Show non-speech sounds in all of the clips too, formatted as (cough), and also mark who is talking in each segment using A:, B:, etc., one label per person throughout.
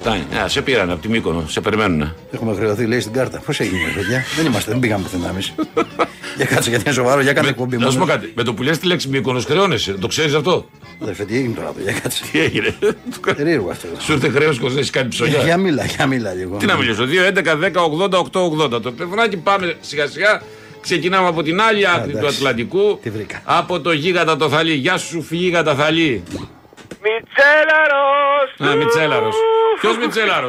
A: Φτάνει. Α, σε πήραν από τη Μύκονο, σε περιμένουν.
B: Έχουμε χρεωθεί, λέει στην κάρτα. Πώς έγινε, (laughs) παιδιά. δεν είμαστε, δεν πήγαμε πουθενά εμείς. για κάτσε, γιατί είναι σοβαρό, για κάτσε εκπομπή.
A: Να σου πω
B: μόνο.
A: κάτι. Με το που λες τη λέξη Μύκονος, χρεώνεσαι. Το ξέρεις αυτό.
B: Αδερφέ, τι έγινε τώρα, εδώ, για κάτσε.
A: Τι έγινε.
B: Περίεργο αυτό.
A: Σου ήρθε χρέος και δεν έχεις κάνει ψωλιά.
B: Για μίλα, για μίλα λίγο.
A: Τι να μιλήσω, 2, 11, 10, 80, 8, 80. Το τηλεφωνάκι πάμε σιγά σιγά. Ξεκινάμε από την άλλη άκρη του
B: εντάξει.
A: Ατλαντικού.
B: Τι βρήκα.
A: Από το γίγαντα το θαλί. Γεια σου, γίγαντα θαλί.
C: Μιτσέλαρος!
A: Α, Μιτσέλαρος. Ποιος Μιτσέλαρος.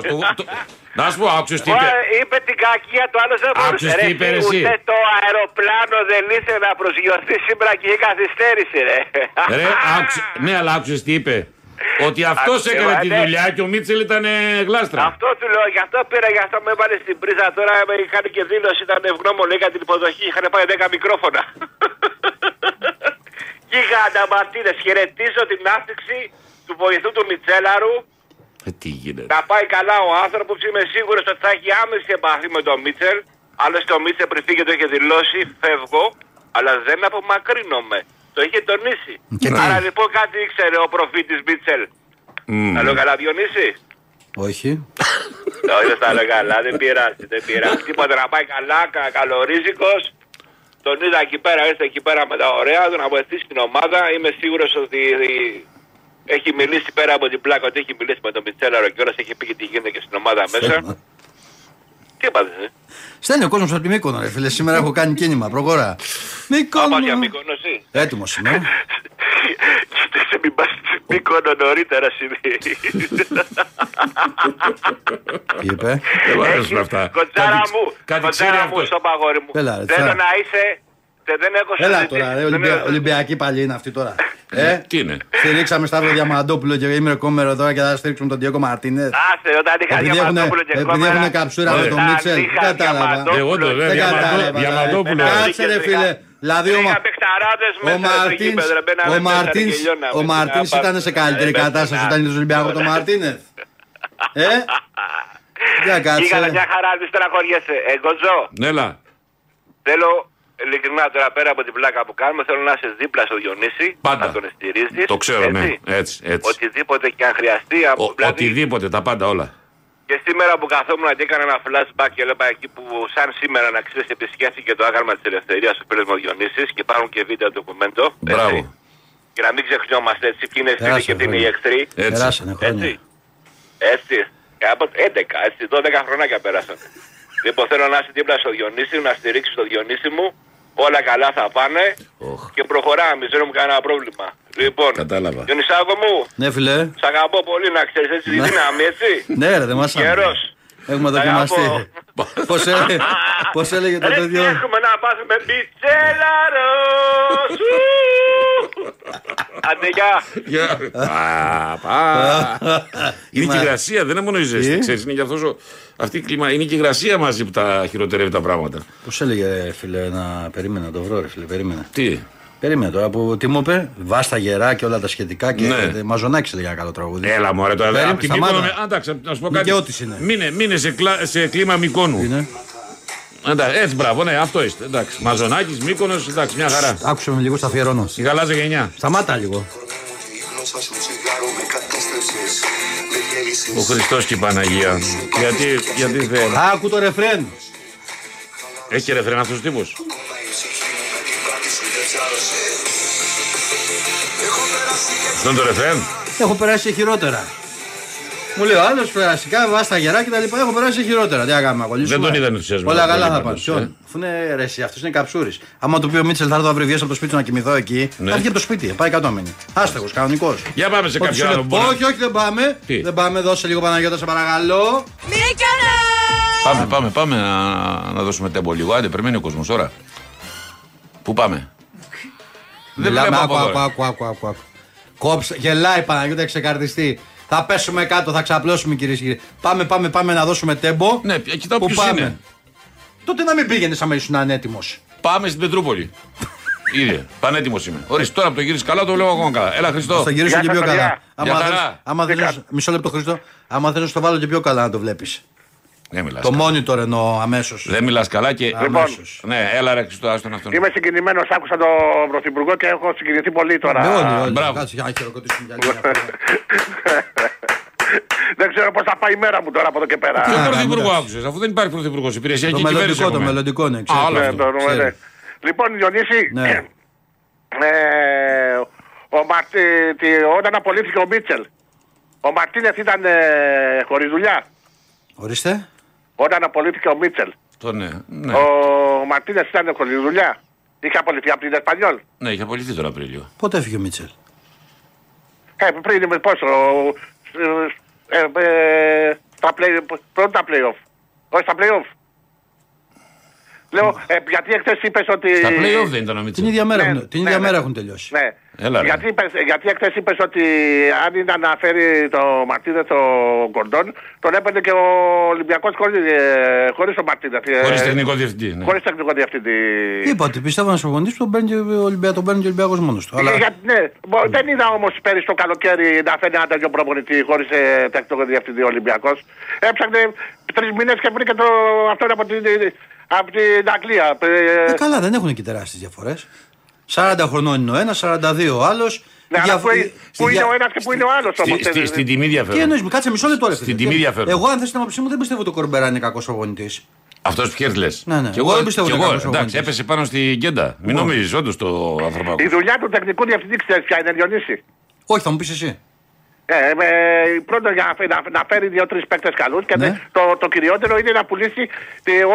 A: Να σου πω, άκουσες τι είπε.
C: Ω, είπε την κακία του άλλο δεν μπορούσε.
A: Άκουσες τι
C: Ρε,
A: είπε, ρε,
C: φίλε,
A: εσύ.
C: ούτε το αεροπλάνο δεν ήθελε να προσγειωθείς σήμερα και είχε καθυστέρηση, ρε.
A: Ρε, άκουσε, ναι, αλλά άκουσες τι είπε. Ότι αυτός
C: Άκουσε,
A: έκανε
C: μα,
A: τη
C: ναι.
A: δουλειά και ο Μίτσελ ήταν ε, γλάστρα.
C: Αυτό του λέω, γι' αυτό πήρα, γι' αυτό με έβαλε στην πρίζα. Τώρα με είχαν και δήλωση, ήταν ευγνώμων για την υποδοχή. Είχαν πάει 10
A: (laughs)
C: μικρόφωνα. Γίγαντα Μαρτίνε, χαιρετίζω την άφηξη του βοηθού του Μιτσέλαρου.
A: Ε, τι γίνεται.
C: Να πάει καλά ο άνθρωπος, είμαι σίγουρος ότι θα έχει άμεση επαφή με τον Μίτσελ. Άλλωστε ο Μίτσελ πριν φύγει το είχε δηλώσει, φεύγω, αλλά δεν απομακρύνομαι. Το είχε τονίσει.
B: Και τι?
C: Άρα λοιπόν κάτι ήξερε ο προφήτης Μίτσελ.
A: Μμμ.
C: Τα λέω καλά, Διονύση.
B: Όχι.
C: Όχι, δεν τα λέω καλά, δεν πειράζει, δεν πειράζει. Τίποτα να πάει καλά, κα, καλορίζικος. Τον είδα εκεί πέρα, ήρθε εκεί πέρα με τα ωραία του να βοηθήσει την ομάδα. Είμαι σίγουρος ότι έχει μιλήσει πέρα από την πλάκα, ότι έχει μιλήσει με τον Μιτσέλαρο και όλα έχει πει και τι γίνεται και στην ομάδα μέσα. Τι είπατε, ε?
B: Στέλνει ο κόσμος από τη Μύκονο, ρε φίλε. Σήμερα έχω κάνει κίνημα. Προχώρα. Μύκονο.
C: Άμα για Μύκονο, εσύ.
B: Έτοιμος είμαι.
C: Κοίταξε, μην πας στην Μύκονο νωρίτερα, συνήθως.
B: Τι είπε.
A: Δεν μου αρέσουν αυτά.
C: Κοτσάρα
A: Κάτι-
C: μου,
A: Κάτι ξέρει
C: κοτσάρα μου
A: αυτό.
C: στο παγόρι μου.
B: Έλα, ρε,
C: Θέλω
B: τσάρα.
C: να είσαι... τε- Δεν έχω
B: Έλα
C: συζητήσει,
B: τώρα, ρε,
C: δεν
B: Ολυμπια...
C: έχω-
B: Ολυμπιακή παλιά είναι αυτή τώρα. ε,
A: Τι είναι.
B: στηρίξαμε Σταύρο Διαμαντόπουλο και είμαι κόμμερο τώρα και θα στηρίξουμε τον Διέκο Μαρτίνε.
C: Άσε, όταν είχα
B: Επειδή έχουνε-
C: διαμαντόπουλο και
B: επειδή
C: κόμμα,
B: έχουνε καψούρα
A: με τον
C: όταν
B: Μίτσελ,
C: είχα
B: κατάλαβα.
C: Διαμαντόπουλο
A: Ε. Εγώ το λέω,
C: και
B: Δεν
A: Διαμαντό-
B: κατάλαβα.
A: Διαμαντόπουλο.
B: ρε. Κάτσε ρε φίλε. Δηλαδή ο,
C: Είχα
B: Μα-
C: παιχταράδες μέσα
B: ο
C: στο
B: Μαρτίνς-
C: γήπεδο, ρε, μπαίνανε
B: ο
C: μέσα, ρε,
B: Μαρτίνς-
C: γελιώναμε.
B: ο
C: Τι να
B: Μαρτίνς
C: πάρουμε.
B: ήταν σε καλύτερη
C: Ε, δεν
B: κατάσταση
C: πειράζει.
B: όταν ήταν στο Ολυμπιακό το Μαρτίνεθ. Ε,
C: (laughs)
B: για
C: Γίγαντα,
B: κάτσε.
C: μια χαρά, μη στεναχωριέσαι. Ε, Γκοτζό,
A: Έλα.
C: θέλω ειλικρινά τώρα πέρα από την πλάκα που κάνουμε, θέλω να είσαι δίπλα στο Διονύση.
A: Πάντα.
C: Να τον στηρίζεις.
A: Το ξέρω, ναι. Έτσι, έτσι.
C: Οτιδήποτε και αν χρειαστεί. Από,
A: Ο-
C: δηλαδή,
A: Οτιδήποτε, τα πάντα όλα.
C: Και σήμερα που καθόμουν και έκανα ένα flashback και έλεπα εκεί που, σαν σήμερα να ξέρεις, επισκέφθηκε το άγαλμα της ελευθερίας του φίλου μου Διονύσης και υπάρχουν και βίντεο ντοκουμέντο.
A: Μπράβο.
C: έτσι. Και να μην ξεχνιόμαστε έτσι, ποιοι είναι φίλοι
B: Τεράστια
C: και ποιοι είναι οι
B: χρόνια.
C: εχθροί.
A: Έτσι.
B: Περάσανε χρόνια.
C: Έτσι. Έτσι. Και Από 11, έτσι, 12 χρονάκια πέρασαν. λοιπόν, θέλω να είσαι δίπλα στο Διονύση, να στηρίξεις το Διονύση μου. Όλα καλά θα πάνε.
A: Οχ.
C: Και προχωράμε, δεν έχουμε κανένα πρόβλημα. Λοιπόν,
A: Κατάλαβα.
C: Διονυσάκο μου,
B: Ναι, φίλε.
C: σ' αγαπώ πολύ να ξέρεις έτσι τη
B: Ναι.
C: δύναμη, έτσι.
B: Ναι, ρε, δεν μας
C: Καιρός.
B: Έχουμε
C: Τα
B: δοκιμαστεί.
C: αγαπώ.
B: Πώ
C: (laughs)
B: έλεγε, πώς έλεγε το
C: Ρε, τι
B: τέτοιο.
C: έχουμε να πάθουμε
B: (laughs)
C: μπιτσέλαρος! Ου! Άντε, γεια!
A: Γεια. Πα, πα. Είναι και η γρασία, δεν είναι μόνο η
B: Τι?
A: ζέστη. Ξέρεις, είναι και αυτός ο- αυτή η κλίμα. Είναι και η γρασία μαζί που τα χειροτερεύει τα πράγματα.
B: Πώς έλεγε, ρε, φίλε, να περίμενα το βρω, ρε, φίλε, περίμενα.
A: Τι.
B: Περίμενα τώρα που τι μου είπε, βάστα γερά και όλα τα σχετικά και
A: Ναι.
B: ναι. μαζονάκι έλεγε ένα καλό τραγούδι.
A: Έλα μου, τώρα.
B: Περίμενε,
A: απ' την
B: σταμάτα.
A: Μύκονο με- Άνταξε, να σου πω κάτι.
B: Μικαιώτης είναι.
A: Μείνε, μείνε σε, κλα- σε κλίμα Μικόνου.
B: Είναι.
A: Εντάξει, έτσι, μπράβο, ναι, αυτό είστε. Εντάξει. Μαζονάκης, Μύκονος, εντάξει, μια χαρά.
B: Άκουσε με λίγο, στα αφιερώνω.
A: Η γαλάζια γενιά.
B: Σταμάτα λίγο.
D: Η γλώσσα σου τσιγάρο με κατέστρεψες Με γέλησες
A: Ο Χριστός και η Παναγία. Γιατί, γιατί δεν.
B: Άκου το ρεφρέν.
A: Έχει και ρεφρέν αυτός ο τύπος.
D: Μα η ψυχή μου με την πάτη σου δεν ψάρωσε Έχω περάσει και
A: Αυτό είναι το ρεφρέν.
B: Έχω περάσει και χειρότερα. Μου λέει ο άλλος περαστικά, βάστα γερά και τα λοιπά. Έχω περάσει και χειρότερα. Τι αγάπη
A: Δεν τον είδαν ενθουσιασμένο.
B: Όλα καλά
A: Πολύ
B: θα πάνε.
A: πάντως, ε.
B: Ποιον. Αφού είναι ρεσί, αυτός είναι καψούρης. Άμα του πει ο Μίτσελ θα έρθω αύριο βγες από το σπίτι σου να κοιμηθώ εκεί,
A: Ναι.
B: θα βγει από το σπίτι. Πάει κατόμενη. Άστεγος, κανονικός.
A: Για πάμε σε κάποιο άλλο. που μπορεί να-
B: Όχι, όχι, δεν πάμε.
A: Τι?
B: Δεν πάμε, δώσε λίγο Παναγιώτα, σε παρακαλώ.
A: Πάμε, πάμε, πάμε να, να δώσουμε τέμπο λίγο. Άντε, περιμένει ο κόσμος τώρα. Πού πάμε. Δεν
B: Μιλάμε,
A: βλέπω
B: άκου,
A: από
B: άκου,
A: εδώ.
B: άκου, άκου, άκου, άκου. Κόψε, γελάει η Παναγιώτα, ξεκαρδιστεί. Θα πέσουμε κάτω, θα ξαπλώσουμε κυρίες και κύριοι. Πάμε, πάμε, πάμε να δώσουμε τέμπο.
A: Ναι, πια- κοιτάω
B: Πού
A: ποιος
B: πάμε.
A: είναι.
B: Τότε να μην πήγαινε άμα ήσουν ανέτοιμος.
A: Πάμε στην Πετρούπολη. Είδε, πανέτοιμος είμαι. Ορίστε, τώρα που το γυρίσει καλά, το βλέπω ακόμα καλά. Ε, Έλα, Χριστό.
B: Θα γυρίσω
E: Γεια
B: και
E: σας,
B: πιο καλά.
E: παιδιά.
B: Άμα
A: Γεια
B: θες-
A: χαρά.
B: Άμα
E: Τι
B: θες-
E: κα-
B: Μισό λεπτό, Χριστό. Άμα θε να στο βάλω και πιο καλά να το βλέπεις.
A: Δεν μιλάς.
B: Το monitor εννοώ αμέσως.
A: Δεν μιλάς καλά και.
B: Αμέσως.
E: Λοιπόν.
A: Ναι, έλα, ρε Χριστό, άστον αυτόν.
F: Είμαι συγκινημένος, άκουσα τον Πρωθυπουργό και έχω συγκινηθεί πολύ τώρα.
B: Ναι, όλοι, όλοι.
A: μπράβο.
B: Κάτσε, για να χειροκροτήσουμε κι άλλη μια φορά.
F: (laughs) Δεν ξέρω πώς θα πάει η μέρα μου τώρα από εδώ και πέρα.
A: Ποιο
B: Α, ναι,
A: πρωθυπουργό
B: εντάξει.
A: άκουσες, αφού δεν υπάρχει πρωθυπουργός.
B: Το
A: Υπηρεσιακή κυβέρνηση.
B: μελλοντικό, το
A: έχουμε.
B: μελλοντικό, ναι.
A: Α,
B: ξέρω.
A: όλο
F: Ναι,
A: αυτό.
F: το νούμερο,
B: ξέρει.
F: ναι. Λοιπόν, Διονύση,
B: Ναι.
F: (clears throat) ε, ο Μαρτι- τι- όταν απολύθηκε ο Μίτσελ, ο Μαρτίνεθ ήταν χωρίς δουλειά.
B: Ορίστε.
F: Όταν απολύθηκε ο Μίτσελ,
A: Το ναι. Ναι,
F: ο Μαρτίνεθ ήταν χωρί δουλειά. Είχε απολυθεί από την Εσπανιόλ.
A: ναι, είχε απολυθεί τον Απρίλιο.
B: Πότε έφυγε ο Μίτσελ.
F: Ε, πριν με πόσο. ε, ε, ε, στα play, πρώτα playoff. Όχι στα playoff. Λέω, ε, γιατί εχθές είπες ότι...
A: Στα playoff δεν ήταν ο
B: Την
A: Μίτσελ.
B: ίδια μέρα,
F: Ναι,
B: έχουν- την
F: ναι,
B: ίδια
F: ναι.
B: μέρα έχουν τελειώσει.
F: Ναι.
A: Έλα, ρε.
F: γιατί, είπες, γιατί εχθές είπες ότι αν ήταν να φέρει το Μαρτίνες το Κορντόν, τον έπαιρνε και ο Ολυμπιακός χωρίς, ε, χωρίς τον Μαρτίνες. ε,
A: Χωρίς τεχνικό διευθυντή. ναι.
F: Χωρίς τεχνικό διευθυντή.
B: Είπα ότι πιστεύω να συμφωνεί που τον παίρνει και ο Ολυμπια- τον παίρνει και ο Ολυμπιακός μόνος του. Αλλά
F: Ε, για- ναι, μπο- δεν είδα όμως πέρυσι το καλοκαίρι να φέρνει ένα τέτοιο προπονητή χωρίς ε, τεχνικό διευθυντή Ολυμπιακός. Έψαχνε τρεις μήνες και βρήκε το, αυτόν από την, από την Αγγλία. Ε,
B: ε, καλά, δεν έχουν και τεράστιες διαφορές. 40 χρονών είναι ο ένας, 42 ο άλλος.
F: ναι, αλλά πού, ε- πού είναι ο ένας και πού είναι ο ε, άλλο όμως.
A: Στη- στη- Στην τιμή
B: Τι
A: διαφέρει.
B: εννοεί, κάτσε μισό λεπτό. ρε, φίλε.
A: τιμή
B: Και-
A: διαφέρουν.
B: Εγώ, αν θες την άποψή μου, δεν πιστεύω ότι ο Κορμπερά είναι κακός προπονητή.
A: Αυτός που χέρι λες.
B: Ναι, ναι.
A: Και
B: Εγώ
A: εγώ,
B: δεν πιστεύω
A: κι
B: ότι
A: εγώ,
B: κάποιος
A: εντάξει,
B: αγωνίζεται.
A: έπεσε πάνω στην κέντα. Μην νομίζεις, όντως το ανθρωπάκο.
F: Η δουλειά του τεχνικού διευθυντή ξέρεις ποια είναι, Διονύση.
B: Όχι, θα μου πεις εσύ.
F: Ε, ε, πρώτον για να, φέρει- να, να φέρει δύο-τρει παίκτες καλούς και
B: Ναι.
F: δε- το, το κυριότερο είναι να πουλήσει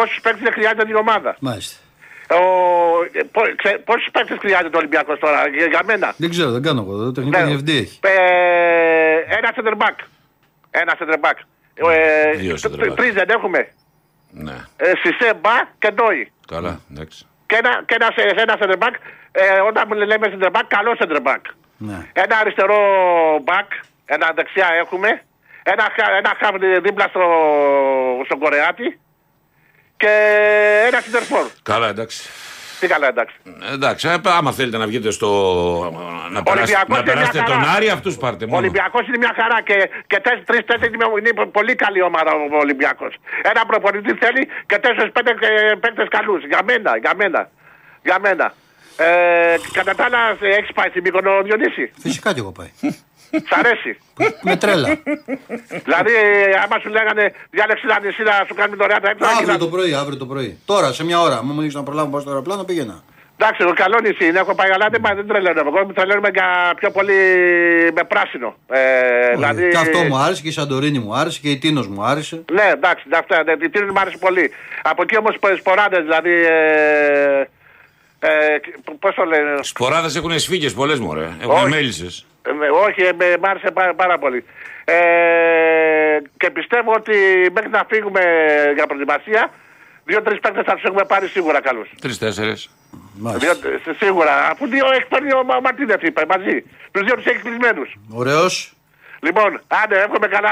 F: όσους παίκτες χρειάζεται την ομάδα. ε,
B: Μάλιστα.
F: Πόσους παίκτες χρειάζεται ο Ολυμπιακός τώρα για, για μένα.
B: Δεν ξέρω, δεν κάνω εγώ. Το τεχνικό
F: Ναι.
B: διευθυντή έχει.
F: Ε, ένα center back. Ένα center back. Ε,
A: Δύο
F: τ-
A: center
F: τ-
A: back.
F: Τρεις δεν έχουμε.
A: Ναι,
F: Ε, Σισε, Μπα και Ντόι.
A: καλά, εντάξει.
F: Και ένα, και ένα, σε- ένα center back. Ε, όταν μου λέμε center back, καλό center back.
B: Ναι.
F: Ένα αριστερό back. Ένα δεξιά έχουμε. Ένα, χα- ένα half δίπλα στο, στον Κορεάτη. Και ένα center for.
A: Καλά, εντάξει.
F: Τι καλά εντάξει.
A: Εντάξει, ε, άμα θέλετε να βγείτε στο. να, περάσ-
F: Ολυμπιακός
A: να
F: είναι μια
A: περάσετε
F: χαρά.
A: τον Άρη, αυτούς πάρτε.
F: Ο
A: Μόνο.
F: Ολυμπιακός είναι μια χαρά και, και τρει-τέσσερι είναι πολύ καλή ομάδα ο Ολυμπιακός. Ένα προπονητή θέλει και τέσσερι-πέντε παίκτε καλού. Για μένα, για μένα. Για μένα. Ε, κατά τα άλλα, έχεις πάει στην Μύκονο, Διονύση.
B: Φυσικά και εγώ πάει.
F: Σ' αρέσει.
B: Με τρέλα.
F: δηλαδή, ε, άμα σου λέγανε διάλεξε ένα νησί να σου κάνουμε δωρεάν τα έξοδα.
B: αύριο
F: κοίτα.
B: το πρωί, αύριο το πρωί. Τώρα, σε μια ώρα. Μου μου δείξει να προλάβω να πάω στο αεροπλάνο, πήγαινα.
F: Εντάξει, το καλό νησί είναι. Έχω πάει, αλλά δεν, πάει, δεν τρελαίνομαι. Εγώ με τρελαίνομαι για πιο πολύ με πράσινο. Ε, δηλαδή...
B: Και αυτό μου άρεσε και η Σαντορίνη μου άρεσε και η Τίνος μου άρεσε.
F: Ναι, εντάξει, αυτά, ναι, την Τίνος μου άρεσε πολύ. Από εκεί όμως σποράδες, δηλαδή. Ε, ε, Πώς το λένε.
A: Σποράδες έχουν σφίγγες πολλές μωρέ. Έχουν
F: Όχι.
A: μέλισσες.
F: ε, με- όχι, ε, με, μ' άρεσε πάρα, πάρα πολύ. Ε, και πιστεύω ότι μέχρι να φύγουμε για προετοιμασία, δύο-τρει παίκτες θα τους έχουμε πάρει σίγουρα καλούς.
A: Τρει-τέσσερι.
B: Μάλιστα.
F: Σίγουρα. Αφού δύο έχει παίρνει ο Μα- Μαρτίνεθ, είπε μαζί. Τους δύο τους έχει κλεισμένους.
B: Ωραίος.
F: Λοιπόν, άντε, εύχομαι καλά,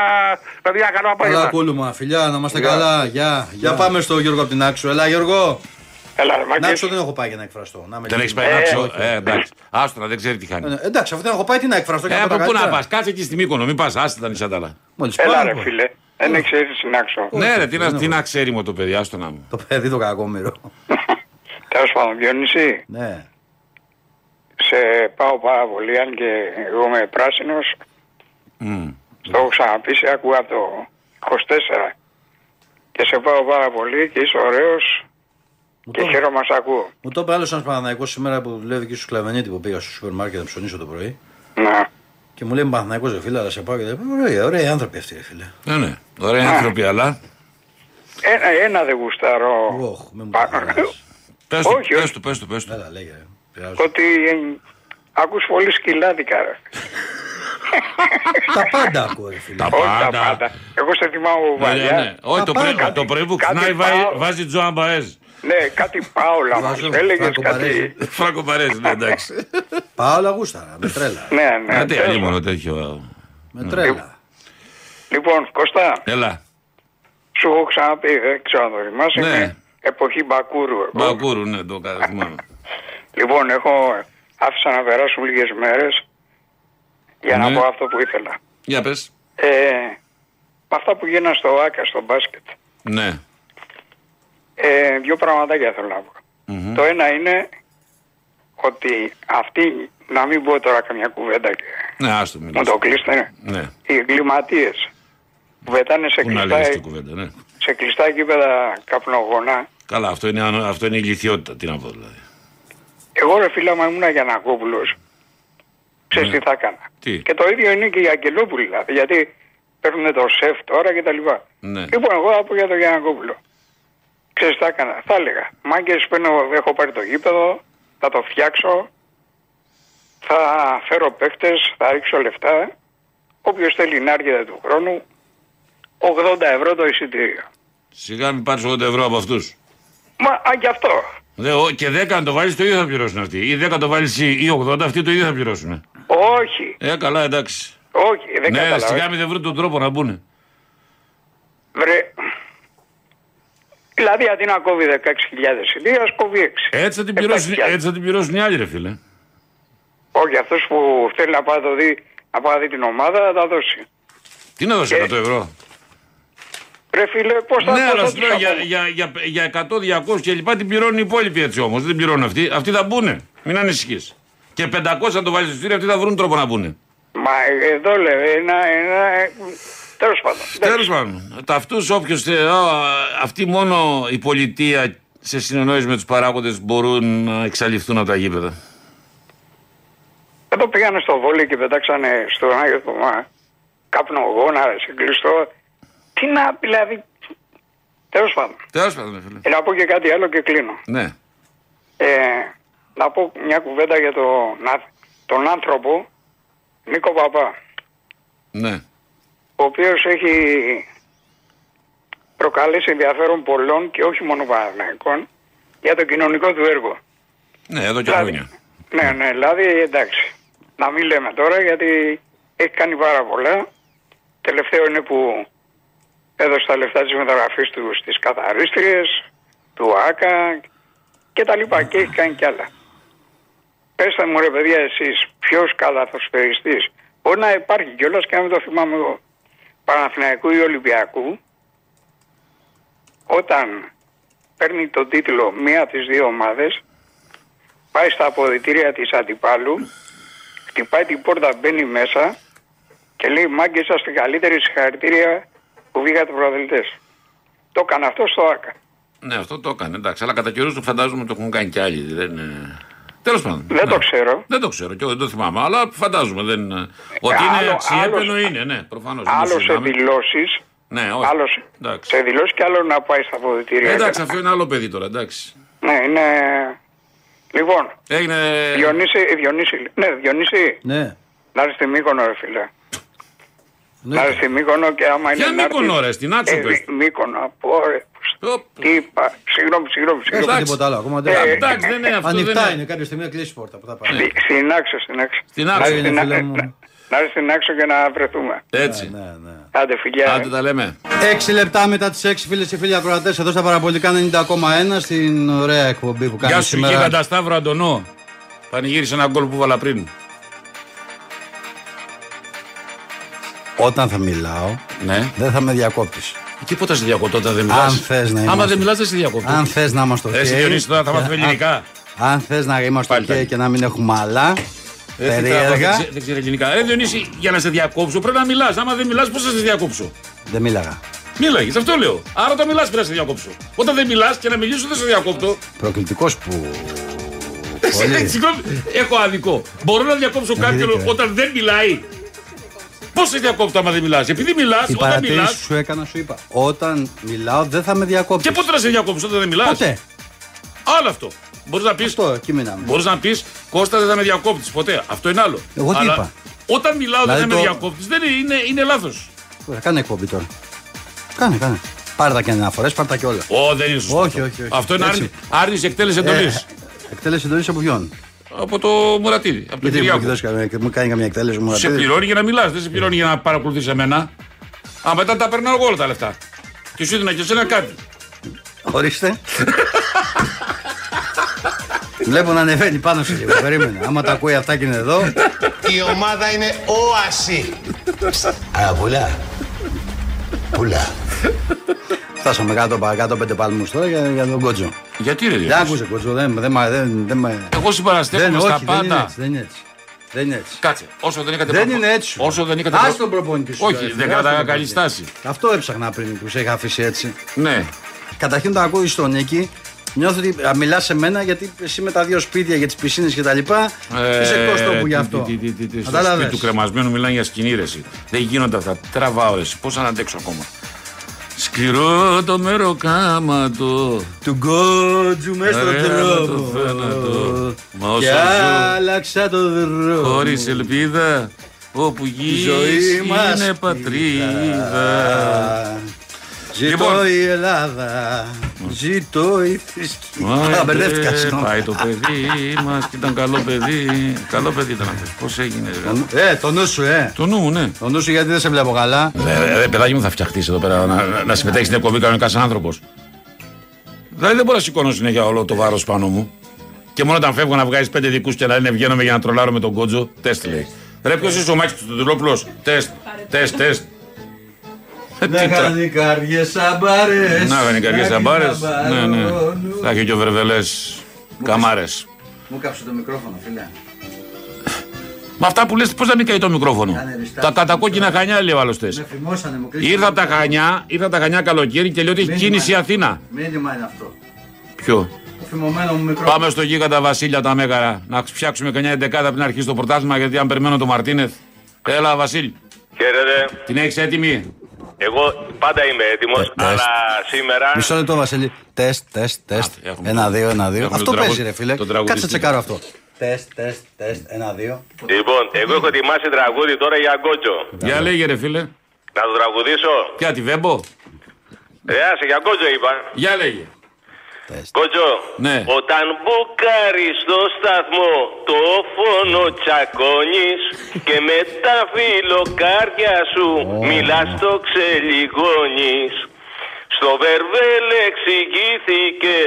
F: παιδιά, καλό
B: Καλά
F: απόγευμα.
B: κούλουμα, φιλιά, να είμαστε
F: Γεια.
B: καλά. Γεια. Για πάμε στο Γιώργο από την Άξο. Έλα, Γιώργο.
F: Έλα, ρε,
B: Να
F: Μάκη.
B: άξο δεν έχω πάει για να εκφραστώ. Να είμαι
A: Δεν έχεις
B: ειλικρινής.
A: πάει να ξω.
B: όχι.
A: Ε, εντάξει. Άστονα, δεν ξέρει τι
B: Ε,
A: χάνει.
B: Εντάξει, αυτό δεν έχω πάει, τι να εκφραστώ.
A: Ε, από πού να πας, κάτσε εκεί στην οίκονο, μην πας, άστα τα νησιά τα άλλα.
B: Μόλις
E: Έλα ρε φίλε, δεν εξαιρέσει συνάξω.
A: Ναι, ρε, τι
B: δεν
A: να, τι
B: έχω.
A: να ξέρει μου το παιδί, άστονα μου.
B: Το παιδί το κακόμοιρο.
E: Τέλος πάντων, Διονύση,
B: ναι.
E: σε πάω πάρα πολύ, αν και εγώ είμαι πράσινος.
A: Μμ.
E: Το έχω ξαναπεί, σε άκουγα από το 24. Και σε πάω πάρα πολύ και είσαι ωραίος
B: Μου
E: και
B: το-
E: χαίρομαι να σε ακούω.
B: Μου το είπε άλλος ένας Παναναναϊκό σήμερα που δουλεύει εκεί στο Σκλαβενίτη που πήγα στο σούπερ μάρκετ να ψωνίσω το πρωί.
E: Να.
B: Και μου λέει Παναναναϊκό ρε φίλε, αλλά σε πάω και τα λοιπά. Ωραία, ωραίοι άνθρωποι αυτοί, ρε φίλε.
A: Ναι, ναι. Ωραίοι άνθρωποι, αλλά.
E: Ένα, ένα δεν γουστάρω.
B: Όχ, μην μου
E: Πα-
B: το κάνεις.
A: Πες του,
E: Όχι,
A: πες
E: όχι.
A: του, πες του. Πες του.
B: Έλα, ε, λέγε. ρε. Πειράζω.
E: Ότι ε, ακούς πολύ σκυλάδικα ρε.
B: Τα πάντα ακούω, ρε φίλε.
A: Τα
E: Όχι τα
A: πάντα.
E: πάντα. Εγώ σε θυμάμαι από
A: Ναι, ναι, ναι.
E: βαριά.
A: Όχι, το
B: Τα
A: πρωί-
B: πάντα.
A: το πρωί που
E: Κάτι
A: ξυπνάει βάει-
E: πάω.
A: βάζει Τζοάν Μπαέζ.
E: Ναι, κάτι Πάολα μας
B: Βάζω,
E: έλεγες
B: Φράγκο Παρέζη.
E: κάτι.
A: Φράγκο Μπαέζ, ναι, εντάξει.
B: Πάω όλα γούσταρα, με τρέλα.
E: (laughs) Ναι, ναι.
A: Κάτι
E: τέλος.
A: άλλο μόνο τέτοιο.
B: Με τρέλα.
G: Λοιπόν, Κώστα,
A: Έλα.
G: σου έχω ξαναπεί, δεν ξέρω αν το θυμάσαι.
A: Ναι.
G: είναι Εποχή Μπακούρου.
A: Μπακούρου, ναι, το κα- θυμάμαι.
G: Λοιπόν, έχω άφησα να περάσουν λίγες μέρες για
A: Ναι.
G: να πω αυτό που ήθελα.
A: Για πες.
G: Ε, με αυτά που γίνανε στο ΆΚΑ, στο μπάσκετ,
A: Ναι.
G: ε, δύο πραγματάκια θέλω να πω.
A: Μμμ.
G: Το ένα είναι ότι αυτοί, να μην πω τώρα καμιά κουβέντα και
A: Ναι, άστο
G: μου
A: μιλάς.
G: το κλείσετε,
A: Ναι.
G: οι εγκληματίες που πετάνε σε
A: Πού να
G: κλειστά,
A: λέγεις την κουβέντα, ναι.
G: σε κλειστά γήπεδα καπνογονά.
A: Καλά, αυτό είναι, ανο- αυτό είναι η λυθιότητα, τι να πω δηλαδή.
G: Εγώ ρε φίλα μου ήμουν Γιανακόπουλος. Ξέρεις
A: Ναι.
G: τι θα έκανα.
A: Τι?
G: Και το ίδιο είναι και οι Αγγελόπουλοι δηλαδή. Γιατί παίρνουν το σεφ τώρα και τα λοιπά.
A: Ναι.
G: Λοιπόν, εγώ θα πω για τον Γιανακόπουλο. Ξέρεις τι θα έκανα. Θα έλεγα. Μάγκες παίρνω, έχω πάρει το γήπεδο, θα το φτιάξω. Θα φέρω παίχτες, θα ρίξω λεφτά. Όποιος θέλει να έρχεται του χρόνου, 80 ευρώ το εισιτήριο.
A: Σιγά μην πάρεις 80 ευρώ από αυτούς.
G: Μα α, γι' αυτό.
A: Δε, ο- και 10 αν το βάλεις το ίδιο θα πληρώσουν αυτοί. Ή 10 αν το βάλεις εσύ, ή 80 αυτοί το ίδιο θα πληρώσουν.
G: Όχι,
A: Ε, καλά, εντάξει.
E: Ε,
G: όχι, δεν
A: ναι,
G: κατάλαβα.
A: σιγά μην δεν βρουν τον τρόπο να μπουν.
G: Βρε. Δηλαδή αντί να κόβει 16.000 ηλία, ας κόβει 6.
A: Έτσι θα την πληρώσουν,
G: 7.000.
A: έτσι θα την πληρώσουν οι άλλοι, ρε φίλε.
G: Όχι, αυτός που θέλει να πάει, να το δει, να πάει να δει την ομάδα θα τα δώσει.
A: Τι να δώσει
G: Ε,
A: 100 ευρώ.
G: Ρε φίλε, πώς θα,
A: Ναι,
G: πώς
A: αλλά
G: θα
A: σου
G: τους
A: λέω για,
G: απομ-
A: για, για, για 100, 200 και λοιπά την πληρώνουν οι υπόλοιποι έτσι όμως. Δεν την πληρώνουν αυτοί. Αυτοί θα μπουνε. Μην ανησυχείς. Και 500 αν το βάλεις στο στήριο, αυτοί θα βρουν τρόπο να μπουνε.
G: Μα ε, εδώ λέω, ένα, ένα, ε, τέλος πάντων.
A: Τέλος πάντων. Τα αυτού όποιο. Αυτοί μόνο η πολιτεία σε συνεννόηση με τους παράγοντες μπορούν να εξαλειφθούν από τα γήπεδα.
G: Εδώ πήγανε στο βόλιο και πετάξανε στον Άγιο Θωμά καπνογόνα, ρε, σε κλειστό. Τι να, δηλαδή, τέλος πάντων.
A: Τέλος πάντων, ρε φίλε.
G: Ε, να πω και κάτι άλλο και κλείνω.
A: Ναι.
G: Ε, να πω μια κουβέντα για τον, άθ- τον άνθρωπο Νίκο Παπά,
A: Ναι.
G: ο οποίος έχει προκαλέσει ενδιαφέρον πολλών και όχι μόνο Παναθηναϊκών για το κοινωνικό του έργο.
A: Ναι, εδώ και
G: Δηλαδή,
A: χρόνια.
G: ναι, ναι, δηλαδή εντάξει. Να μην λέμε τώρα γιατί έχει κάνει πάρα πολλά. Τελευταίο είναι που έδωσε τα λεφτά της μεταγραφής του στις καθαρίστριες, του ΆΚΑ και τα λοιπά και έχει κάνει κι άλλα. Πεςτε μου ρε παιδιά εσείς ποιος καλαθοσφαιριστής μπορεί να υπάρχει κιόλας και να μην το θυμάμαι εγώ Παναθηναϊκού ή Ολυμπιακού όταν παίρνει τον τίτλο μία από τις δύο ομάδες πάει στα αποδητήρια της αντιπάλου, χτυπάει την πόρτα, μπαίνει μέσα και λέει «Μάγκες σας την καλύτερη συγχαρητήρια που βγήκατε προαδελτές». Το έκανε αυτό στο ΆΚΑ.
A: Ναι, αυτό το έκανε. Εντάξει, αλλά κατά καιρούς το φαντάζομαι το έχουν κάνει κι άλλοι. Δεν... Τέλος πάντων.
G: Δεν
A: ναι.
G: το ξέρω.
A: Δεν το ξέρω και εγώ δεν το θυμάμαι, αλλά φαντάζομαι. Δεν... Ότι
G: άλλο-
A: είναι αξιέπαινο
G: άλλος-
A: είναι, ναι, προφανώς.
G: Άλλο σε δηλώσεις,
A: Ναι, όχι.
G: άλλος σε-
A: Εντάξει.
G: σε δηλώσεις και άλλο να πάει στα αποδητήρια.
A: Εντάξει, αυτό είναι άλλο παιδί τώρα, εντάξει.
G: Ναι, είναι... Λοιπόν,
A: Έγινε.
G: Διονύση, Διονύση, ναι, Διονύση,
B: Ναι.
G: να είσαι στη Μύκονο ρε φίλε.
B: ναι.
G: Να είσαι στη Μύκονο και άμα είναι
A: Ποια
G: να έρθεις-
A: Μύκονο, ρε, στην Άτσο
G: Ε,
A: πες.
G: Μύκονο, πω ρε,
A: Οπ.
G: τι είπα, συγγνώμη, συγγνώμη, συγγνώμη.
B: Δεν έχω
A: εντάξει.
B: τίποτα άλλο. Ακόμα
G: Ε,
B: δεν
A: Εντάξει, δεν είναι αυτό.
B: Ανοιχτά
A: δεν
B: είναι. Κάποια στιγμή να κλείσει η πόρτα. Πού θα
A: Ναι.
B: πάμε.
G: Στην άξο, στην άξο.
A: Στην άξο.
G: Να-
B: Έγινε,
G: να-
B: φίλε μου.
G: να- Να έρθει στην άξο και να βρεθούμε.
A: Έτσι.
B: Ναι, ναι.
G: Άντε, φιλιά.
A: Άντε τα λέμε.
B: 6 λεπτά μετά τις 6 φίλες και φίλοι ακροατές εδώ στα παραπολικά 90,1 στην ωραία εκπομπή που
A: Γεια
B: κάνει
A: σου, Γίγαντα
B: σήμερα.
A: Σταύρο Αντωνό. Πανηγύρισε ένα γκολ που βάλα πριν.
B: Όταν θα μιλάω,
A: Ναι.
B: δεν θα με διακόπτεις.
A: Και πότε σε διακοπτώ όταν δεν μιλάς.
B: Αν θες να
A: Άμα
B: είμαστε.
A: δεν μιλάς, δεν σε διακοπτώ.
B: Αν θες να είμαστε Ε,
A: Εσύ, Διονύση, τώρα θα μάθουμε ελληνικά.
B: Αν θες να είμαστε
A: Πάλι
B: ok
A: πάλι.
B: και να μην έχουμε άλλα
A: Ε, τι τα-
B: περίεργα,
A: Δεν, ξέ- δεν ξέρω ελληνικά. Ρε Διονύση, για να σε διακόψω πρέπει να μιλάς. Άμα δεν μιλάς, πώς θα σε διακόψω.
B: δεν Ε, μίλαγα.
A: Μίλαγες, αυτό λέω. Άρα όταν μιλάς, πρέπει να σε διακόψω. Όταν δεν μιλάς και να μιλήσω, δεν σε διακόπτω.
B: Προκλητικός που.
A: Ε, (laughs) συγγνώμη, Έχω αδικό. Μπορώ να διακόψω κάποιον
B: δίκιο.
A: όταν δεν μιλάει. Πώς σε διακόπτω άμα δεν μιλάς. Επειδή μιλάς,
B: Η
A: όταν μιλά.
B: παρατήρηση που σου έκανα, σου είπα. Όταν μιλάω, δεν θα με διακόπτεις.
A: Και πότε να σε διακόψω όταν δεν μιλάς.
B: Ποτέ.
A: Άλλο αυτό. Μπορείς να πεις.
B: Αυτό, εκεί μείναμε.
A: Μπορείς να πεις Κώστα δεν θα με διακόπτεις ποτέ. Αυτό είναι άλλο.
B: Εγώ τι είπα.
A: Όταν μιλάω δεν θα
B: Δηλαδή
A: με
B: το-
A: διακόπτεις. Δεν είναι, είναι, είναι λάθος.
B: Ωραία, Ε, Κάνε εκπομπή τώρα. Κάνε, κάνε. Πάρε τα και αναφορέ, πάρε τα και όλα.
A: Ω, δεν είναι σωστό.
B: Όχι,
A: αυτό.
B: όχι, όχι.
A: Αυτό είναι
B: Έτσι.
A: άρνη- άρνηση εκτέλεση εντολή.
B: Ε, Εκτέλεση εντολής από ποιον.
A: Από το Μουρατίδη. Από τον
B: Γιατί μου, έχει
A: Κυριάκο.
B: δώσει καμία- μου κάνει καμία εκτέλεση μου.
A: Σε πληρώνει για να μιλάς, δεν σε πληρώνει για να παρακολουθείς εμένα. Α, μετά τα περνάω εγώ όλα τα λεφτά. Και σου έδινα και εσένα κάτι.
B: Ορίστε. Βλέπω να ανεβαίνει πάνω σε λίγο. Περίμενε. Άμα τα ακούει αυτά και είναι εδώ.
H: Η ομάδα είναι όαση. Α, πουλά. Πουλά.
B: Φτάσαμε κάτω παρακάτω πέντε παλμούς τώρα για, για τον Κότζο.
A: Γιατί ρε,
B: Δεν
A: Διονύση?
B: άκουσε Κότζο. Δεν, δεν, μα- δεν, δεν, μα-
A: Εγώ συμπαραστέκομαι
B: δεν,
A: στα
B: όχι, δεν είναι
A: πάντα.
B: έτσι. Δεν είναι έτσι. Δεν είναι έτσι.
A: Κάτσε, όσο δεν είχατε
B: Δεν
A: προπο-
B: είναι έτσι.
A: Όσο δεν είχατε
B: Ας
A: προπο-
B: τον προπονητή σου.
A: Όχι,
B: ρε,
A: δεν
B: ας τον
A: κρατάγα καλή
B: προπονητή.
A: στάση.
B: Αυτό έψαχνα πριν που σε είχα αφήσει έτσι.
A: Ναι.
B: Καταρχήν το ακούεις στον Νίκη. Νιώθω ότι μιλάς σε μένα γιατί εσύ με τα δύο σπίτια για τις πισίνες και τα λοιπά. είσαι εκτός τόπου γι' αυτό.
A: Ε, τι- τι- τι- τι- Στο σπίτι
B: Κατάλαβες.
A: του κρεμασμένου μιλάνε για σκηνή ρε, εσύ. Δεν γίνονται αυτά. Τραβάω εσύ. Πώς να αντέξω ακόμα. Σκληρό το μεροκάματο.
B: Του γκότζου μέσα στον
A: Ρε, Ε, το
B: τρόπο.
A: θάνατο. Μα
B: Και
A: όσα ζω
B: άλλαξα το δρόμο.
A: χωρίς ελπίδα. Όπου γη
B: ζωή μας
A: είναι πατρίδα.
B: Ζητώ
A: Λοιπόν.
B: η Ελλάδα. Ζητώ η θρησκεία. Α, Μπερδεύτηκα,
A: ε, Πάει
B: συγγνώμη.
A: το παιδί μας και ήταν καλό παιδί. Καλό παιδί ήταν αυτό. Πώς έγινε, ρε.
B: Ε, το νου σου, ε.
A: Το νου μου, ναι.
B: Το νου σου γιατί δεν σε βλέπω καλά.
A: Ε, ρε, παιδάκι μου, θα φτιαχτείς εδώ πέρα να, να- να συμμετέχεις στην εκπομπή κανονικά σαν άνθρωπος. Δηλαδή δεν μπορώ να σηκώνω συνέχεια όλο το βάρος πάνω μου. Και μόνο όταν φεύγω να βγάζεις πέντε δικούς και να λένε βγαίνομαι για να τρολάρω με τον κότζο, τεστ λέει. Ρε, ποιος είσαι ο Μάκης του Τουρόπουλο, τεστ, τεστ, τεστ. Ε, τι
B: Να
A: τρα-
B: κάνει καριέ σαμπάρες.
A: Να κάνει καριέ αμπάρε. Ναι, ναι. Θα έχει και ο Βερβελές καμάρες.
B: Μου κάψε το μικρόφωνο, φίλε.
A: Με αυτά που λες, πώς να μην καεί το μικρόφωνο.
B: Κάνε ρηστά.
A: Τα κατακόκκινα χανιά λέει ο άλλος τε.
B: Με φημώσανε, μου κλείσανε.
A: Ήρθα από τα χανιά, ήρθα από τα χανιά καλοκαίρι και λέει ότι έχει
B: Μήνυμα.
A: κίνηση Αθήνα.
B: Μήνυμα είναι αυτό.
A: Ποιο.
B: Το φημωμένο μου μικρόφωνο.
A: Πάμε στο γίγαντα Βασίλια τα Μέγαρα. Να φτιάξουμε κανένα εντεκάδα πριν αρχίσει το πρωτάθλημα. Γιατί αν περιμένω τον Μαρτίνεθ. Έλα, Βασίλη.
I: Χαίρετε.
A: Την έχεις έτοιμη.
I: Εγώ πάντα είμαι έτοιμος,
B: Ε,
I: αλλά σήμερα.
B: Μισό λεπτό, Βασίλη. Τεστ, τεστ, τεστ.
A: Α, έχουμε-
B: Ένα, δύο, ένα, δύο.
A: έχουμε
B: Αυτό
A: τον
B: παίζει,
A: τραγου-
B: ρε φίλε.
A: τον
B: Κάτσε
A: τραγουδιστή.
B: τσεκάρω αυτό. Τεστ, τεστ, τεστ. Ένα, δύο.
I: Λοιπόν, εγώ έχω ετοιμάσει τραγούδι τώρα για Γκότζο.
A: Για λέγε, ρε Ε, φίλε.
I: Να το τραγουδήσω.
A: Ποια τη βέμπο.
I: Ρε, άσε, για Γκότζο είπα.
A: Για λέγε.
I: Γκότζο,
A: Ναι.
I: όταν μπουκάρεις στο σταθμό το φόνο τσακώνεις και με τα φιλοκάρια σου μιλάς το ξελιγώνεις. Στο βερβέλ εξηγήθηκες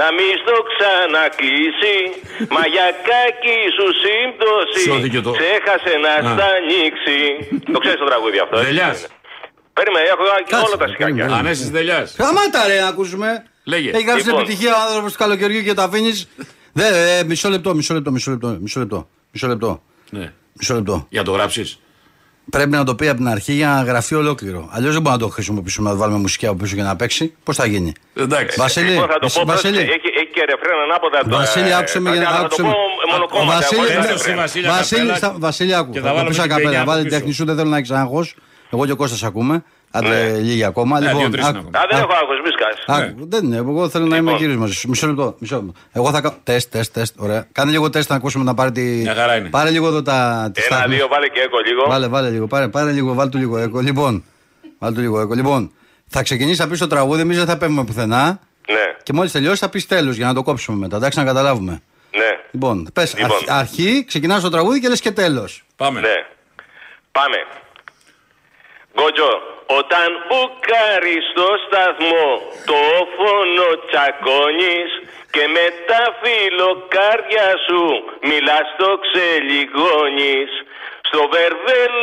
I: να μην στο ξανακλείσει. Μα για κακή σου σύμπτωση
A: Σώθηκε το-
I: ξέχασε να
A: Α.
I: στα ανοίξει. το ξέρεις το τραγούδι αυτό. έτσι.
A: Δελιά.
I: Περίμενε, έχω
B: Κάτσε,
I: όλα τα
B: ρε,
I: σιγάκια.
B: περίμενε.
A: Ανέσει Δελιά.
B: Χαμάτα, ρε, να ακούσουμε.
A: Λέγε.
B: Έχει γράψει
I: Λοιπόν.
B: επιτυχία ο άνθρωπος του καλοκαιριού και τα αφήνεις. Δε, ε, μισό λεπτό, μισό λεπτό, μισό λεπτό. Μισό λεπτό. Μισό λεπτό.
A: Ναι.
B: Μισό λεπτό.
A: Για το γράψεις.
B: Πρέπει να το πει από την αρχή για να γραφεί ολόκληρο. Αλλιώς δεν μπορούμε να το χρησιμοποιήσουμε να βάλουμε μουσική από πίσω και να παίξει. Πώς θα γίνει.
A: Εντάξει.
B: Βασίλη,
I: Λοιπόν, θα το
B: εσύ-
I: πω
B: Βασίλη.
I: Βασίλη. Έχει, έχει και ρεφρέν ανάποδα τώρα.
B: Βασίλη, άκουσε με για να
I: Θα ε, το
B: άκουσε
I: πω
B: με.
I: μονοκόμματα.
B: Βασίλη,
I: χωρίς
A: ναι. Βασίλη,
I: ρεφρέν.
A: Βασίλη,
B: Βασίλη,
A: ακαπέλα.
B: στα- Βασίλη, άκου.
A: Και θα
B: Θα το
A: βάλουμε
B: πεις
A: την παιδιά
B: ακαπέλα.
A: από
B: Βάλε
A: πίσω.
B: τέχνη σου, δεν θέλω να έχεις άγχος. Εγώ και ο Κώστας ακούμε. Άντε, λίγοι ακόμα.
A: Ναι,
B: Λοιπόν,
A: δύο-τρεις
B: άκου.
A: είναι Ναι.
I: Α, δεν
B: Α,
I: έχω Λοιπόν. άγχος, μη σκάς.
B: άκου. Δεν είναι, εγώ θέλω να είμαι κύριο μαζί σου. Μισό λεπτό. Μισό λεπτό. Εγώ θα κάνω. Τεστ, τεστ, τεστ. Ωραία. Κάνε λίγο τεστ να ακούσουμε να πάρει τη.
A: Μια χαρά είναι.
B: Πάρε λίγο εδώ τα. τις
I: Ένα,
B: στάθμες.
I: δύο, βάλε και έκο λίγο.
B: Βάλε, βάλε λίγο. Πάρε, πάρε λίγο, βάλ του λίγο έκο. Λοιπόν, βάλ του λίγο έκο. Λοιπόν, θα ξεκινήσει να πεις το τραγούδι, εμείς δεν θα πέμπουμε πουθενά.
I: Ναι,
B: Και μόλις τελειώσει θα πεις τέλος για να το κόψουμε μετά. Εντάξει, να καταλάβουμε.
I: ναι,
B: Λοιπόν, πες
I: Λοιπόν.
B: αρχή, ξεκινάς το τραγούδι και λες και τέλος.
A: Πάμε.
I: ναι. Πάμε. Γκότζο, όταν μπουκάρεις στο σταθμό το όφωνο τσακώνεις και με τα φιλοκάρια σου μιλάς το ξελιγώνεις Στο βερβέλ